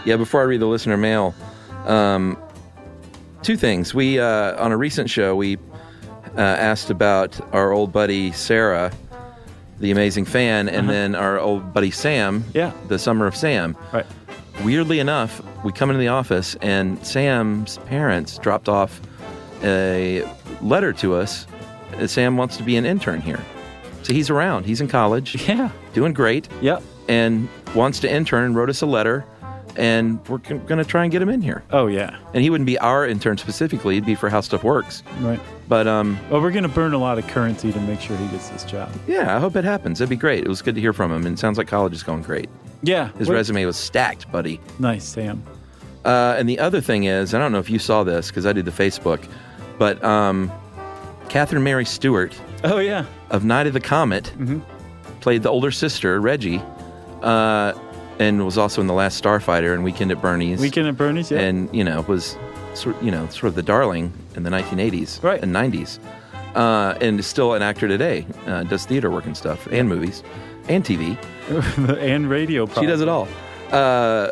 Speaker 2: Yeah, before I read the listener mail, um, two things. We uh, on a recent show we uh, asked about our old buddy Sarah, the amazing fan, and then our old buddy Sam.
Speaker 4: Yeah.
Speaker 2: the summer of Sam.
Speaker 4: Right.
Speaker 2: Weirdly enough, we come into the office and Sam's parents dropped off a letter to us. Uh, Sam wants to be an intern here, so he's around. He's in college.
Speaker 4: Yeah,
Speaker 2: doing great.
Speaker 4: Yep.
Speaker 2: And wants to intern. Wrote us a letter, and we're g- going to try and get him in here.
Speaker 4: oh, yeah.
Speaker 2: And he wouldn't be our intern specifically, he'd be for How Stuff Works.
Speaker 4: Right.
Speaker 2: But um,
Speaker 4: Well, we're going to burn a lot of currency to make sure he gets this job.
Speaker 2: yeah, I hope it happens. That'd be great. It was good to hear from him, and it sounds like college is going great.
Speaker 4: Yeah.
Speaker 2: His
Speaker 4: What-
Speaker 2: resume was stacked, buddy.
Speaker 4: Nice, Sam.
Speaker 2: Uh, and the other thing is, I don't know if you saw this because I did the Facebook, but um, Catherine Mary Stewart
Speaker 4: Oh, yeah.
Speaker 2: of Night of the Comet
Speaker 4: Mm-hmm.
Speaker 2: played the older sister, Reggie, uh, and was also in The Last Starfighter and Weekend at Bernie's.
Speaker 4: Weekend at Bernie's, yeah.
Speaker 2: and you know was sort you know sort of the darling in the 1980s
Speaker 4: Right.
Speaker 2: and 90s uh, and is still an actor today uh, does theater work and stuff and movies and tv
Speaker 4: and radio. Probably.
Speaker 2: she does it all uh,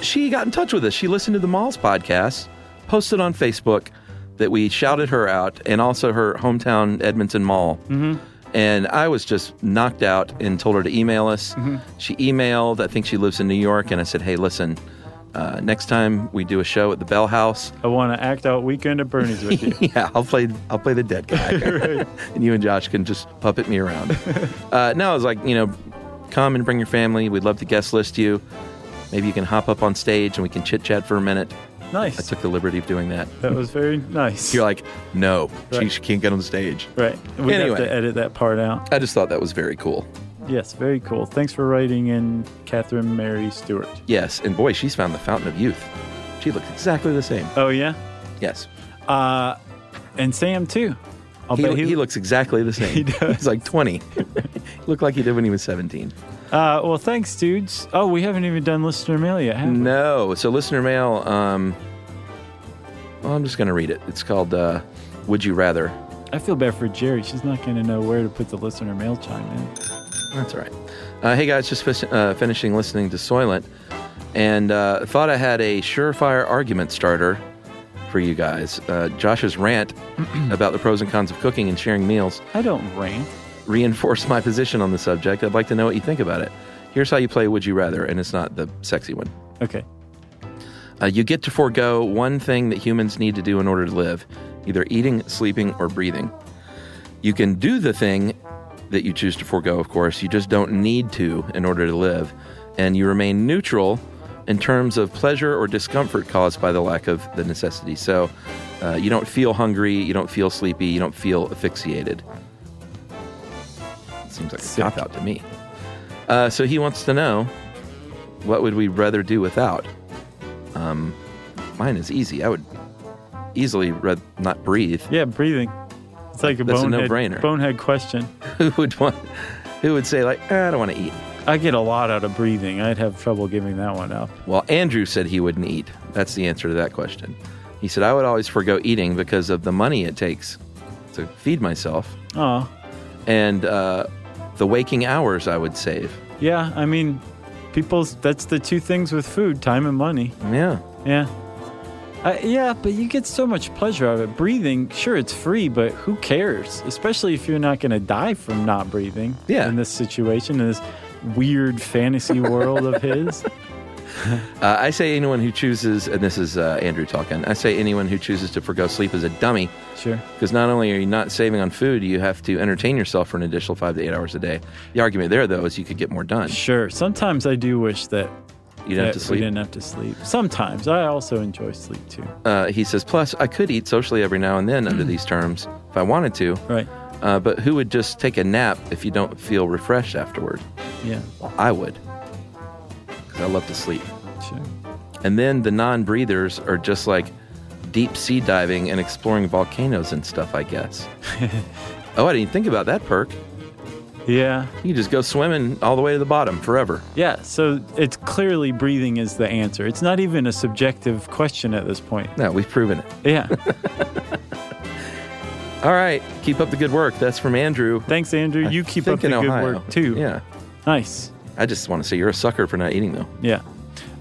Speaker 2: she got in touch with us. She listened to the Malls podcast, posted on Facebook that we shouted her out, and also her hometown Edmonton Mall.
Speaker 5: Mhm.
Speaker 2: And I was just knocked out and told her to email us.
Speaker 5: Mhm.
Speaker 2: She emailed, I think she lives in New York, and I said, hey, listen, uh, next time we do a show at the Bell House,
Speaker 4: I want to act out Weekend at Bernie's with you.
Speaker 2: yeah, I'll play. I'll play the dead guy, and you and Josh can just puppet me around. uh, now I was like, you know, come and bring your family. We'd love to guest list you. Maybe you can hop up on stage and we can chit chat for a minute.
Speaker 4: Nice.
Speaker 2: I took the liberty of doing that.
Speaker 4: That was very nice.
Speaker 2: You're like, no, she,
Speaker 4: Right.
Speaker 2: she can't get on stage.
Speaker 4: Right. We
Speaker 2: anyway,
Speaker 4: have to edit that part out.
Speaker 2: I just thought that was very cool.
Speaker 4: Yes, very cool. Thanks for writing in, Catherine Mary Stewart.
Speaker 2: Yes, and boy, she's found the fountain of youth. She looks exactly the same.
Speaker 4: Oh yeah.
Speaker 2: Yes.
Speaker 4: Uh, and Sam too. I'll
Speaker 2: he,
Speaker 4: bet he-
Speaker 2: he looks exactly the same. He does. He's like 20. looked like he did when he was 17.
Speaker 4: Uh, well, thanks, dudes. Oh, we haven't even done listener mail yet. Have we?
Speaker 2: No. So listener mail. Um, well, I'm just going to read it. It's called uh, "Would You Rather."
Speaker 4: I feel bad for Jerry. She's not going to know where to put the listener mail chime in.
Speaker 2: That's all right. Uh, hey guys, just fish- uh, finishing listening to Soylent, and uh, thought I had a surefire argument starter for you guys. Uh, Josh's rant about the pros and cons of cooking and sharing meals.
Speaker 4: I don't rant.
Speaker 2: Reinforced my position on the subject. I'd like to know what you think about it. Here's how you play "Would You Rather," and it's not the sexy one.
Speaker 4: Okay.
Speaker 2: Uh, you get to forego one thing that humans need to do in order to live either eating, sleeping, or breathing. You can do the thing that you choose to forego, of course, you just don't need to in order to live. And you remain neutral in terms of pleasure or discomfort caused by the lack of the necessity. So uh, you don't feel hungry, you don't feel sleepy, you don't feel asphyxiated. Seems like a cop out to me. Uh, so he wants to know what would we rather do without? Um, mine is easy. I would easily rather not breathe.
Speaker 4: Yeah, breathing. It's like a
Speaker 2: That's a
Speaker 4: bonehead,
Speaker 2: no-brainer.
Speaker 4: bonehead question.
Speaker 2: Who would want? Who would say like, "Eh, I don't want to eat?
Speaker 4: I get a lot out of breathing. I'd have trouble giving that one up.
Speaker 2: Well, Andrew said he wouldn't eat. That's the answer to that question. He said I would always forego eating because of the money it takes to feed myself
Speaker 4: Oh,
Speaker 2: and uh, the waking hours I would save.
Speaker 4: yeah. I mean, people's that's the two things with food: time and money.
Speaker 2: Yeah.
Speaker 4: Yeah. I, yeah, but you get so much pleasure out of it. Breathing, sure, it's free, but who cares? Especially if you're not going to die from not breathing. Yeah. In this situation, in this weird fantasy world of his.
Speaker 2: Uh, I say anyone who chooses, and this is uh, Andrew talking. I say anyone who chooses to forego sleep is a dummy.
Speaker 4: Sure.
Speaker 2: Because not only are you not saving on food, you have to entertain yourself for an additional five to eight hours a day. The argument there, though, is you could get more done.
Speaker 4: Sure. Sometimes I do wish that
Speaker 2: You don't have to
Speaker 4: that
Speaker 2: sleep.
Speaker 4: We didn't have to sleep. Sometimes I also enjoy sleep too.
Speaker 2: Uh, he says, plus, I could eat socially every now and then under
Speaker 4: Hmm.
Speaker 2: these terms if I wanted to.
Speaker 4: Right.
Speaker 2: Uh, but who would just take a nap if you don't feel refreshed afterward?
Speaker 4: Yeah.
Speaker 2: Well, I would. Because I love to sleep.
Speaker 4: Sure.
Speaker 2: And then the non breathers are just like deep sea diving and exploring volcanoes and stuff, I guess. oh, I didn't even think about that perk.
Speaker 4: Yeah.
Speaker 2: You just go swimming all the way to the bottom forever.
Speaker 4: Yeah. So it's clearly breathing is the answer. It's not even a subjective question at this point.
Speaker 2: No, we've proven it.
Speaker 4: Yeah.
Speaker 2: All right. Keep up the good work. That's from Andrew.
Speaker 4: Thanks, Andrew. You keep up the good work, too.
Speaker 2: Yeah.
Speaker 4: Nice.
Speaker 2: I just want to say you're a sucker for not eating, though.
Speaker 4: Yeah.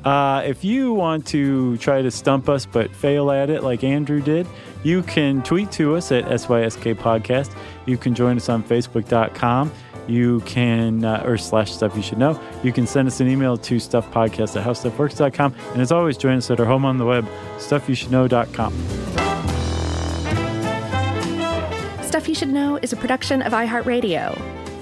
Speaker 4: Uh, if you want to try to stump us but fail at it like Andrew did, you can tweet to us at SYSK Podcast. You can join us on Facebook.com. You can, uh, or slash stuff you should know. You can send us an email to stuffpodcast at howstuffworks.com. And as always, join us at our home on the web, stuffyoushouldknow.com.
Speaker 9: Stuff You Should Know is a production of iHeartRadio.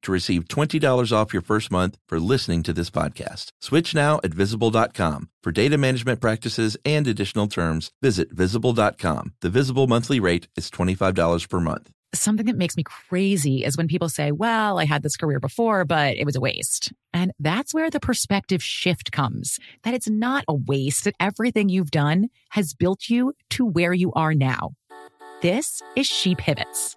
Speaker 2: to receive $20 off your first month for listening to this podcast. Switch now at visible.com. For data management practices and additional terms, visit visible.com. The visible monthly rate is $25 per month.
Speaker 1: Something that makes me crazy is when people say, well, I had this career before, but it was a waste. And that's where the perspective shift comes that it's not a waste, that everything you've done has built you to where you are now. This is She Pivots,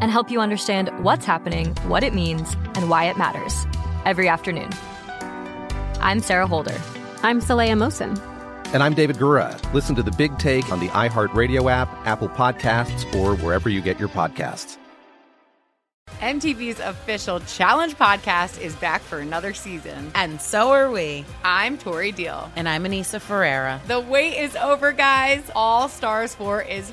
Speaker 3: and help you understand what's happening, what it means, and why it matters every afternoon. I'm Sarah Holder.
Speaker 10: I'm Saleya Mosin.
Speaker 6: And I'm David Gura. Listen to The Big Take on the iHeartRadio app, Apple Podcasts, or wherever you get your podcasts.
Speaker 11: MTV's official Challenge podcast is back for another season. And so are we. I'm Tori Deal.
Speaker 12: And I'm Anissa Ferreira.
Speaker 11: The wait is over, guys. All Stars 4 is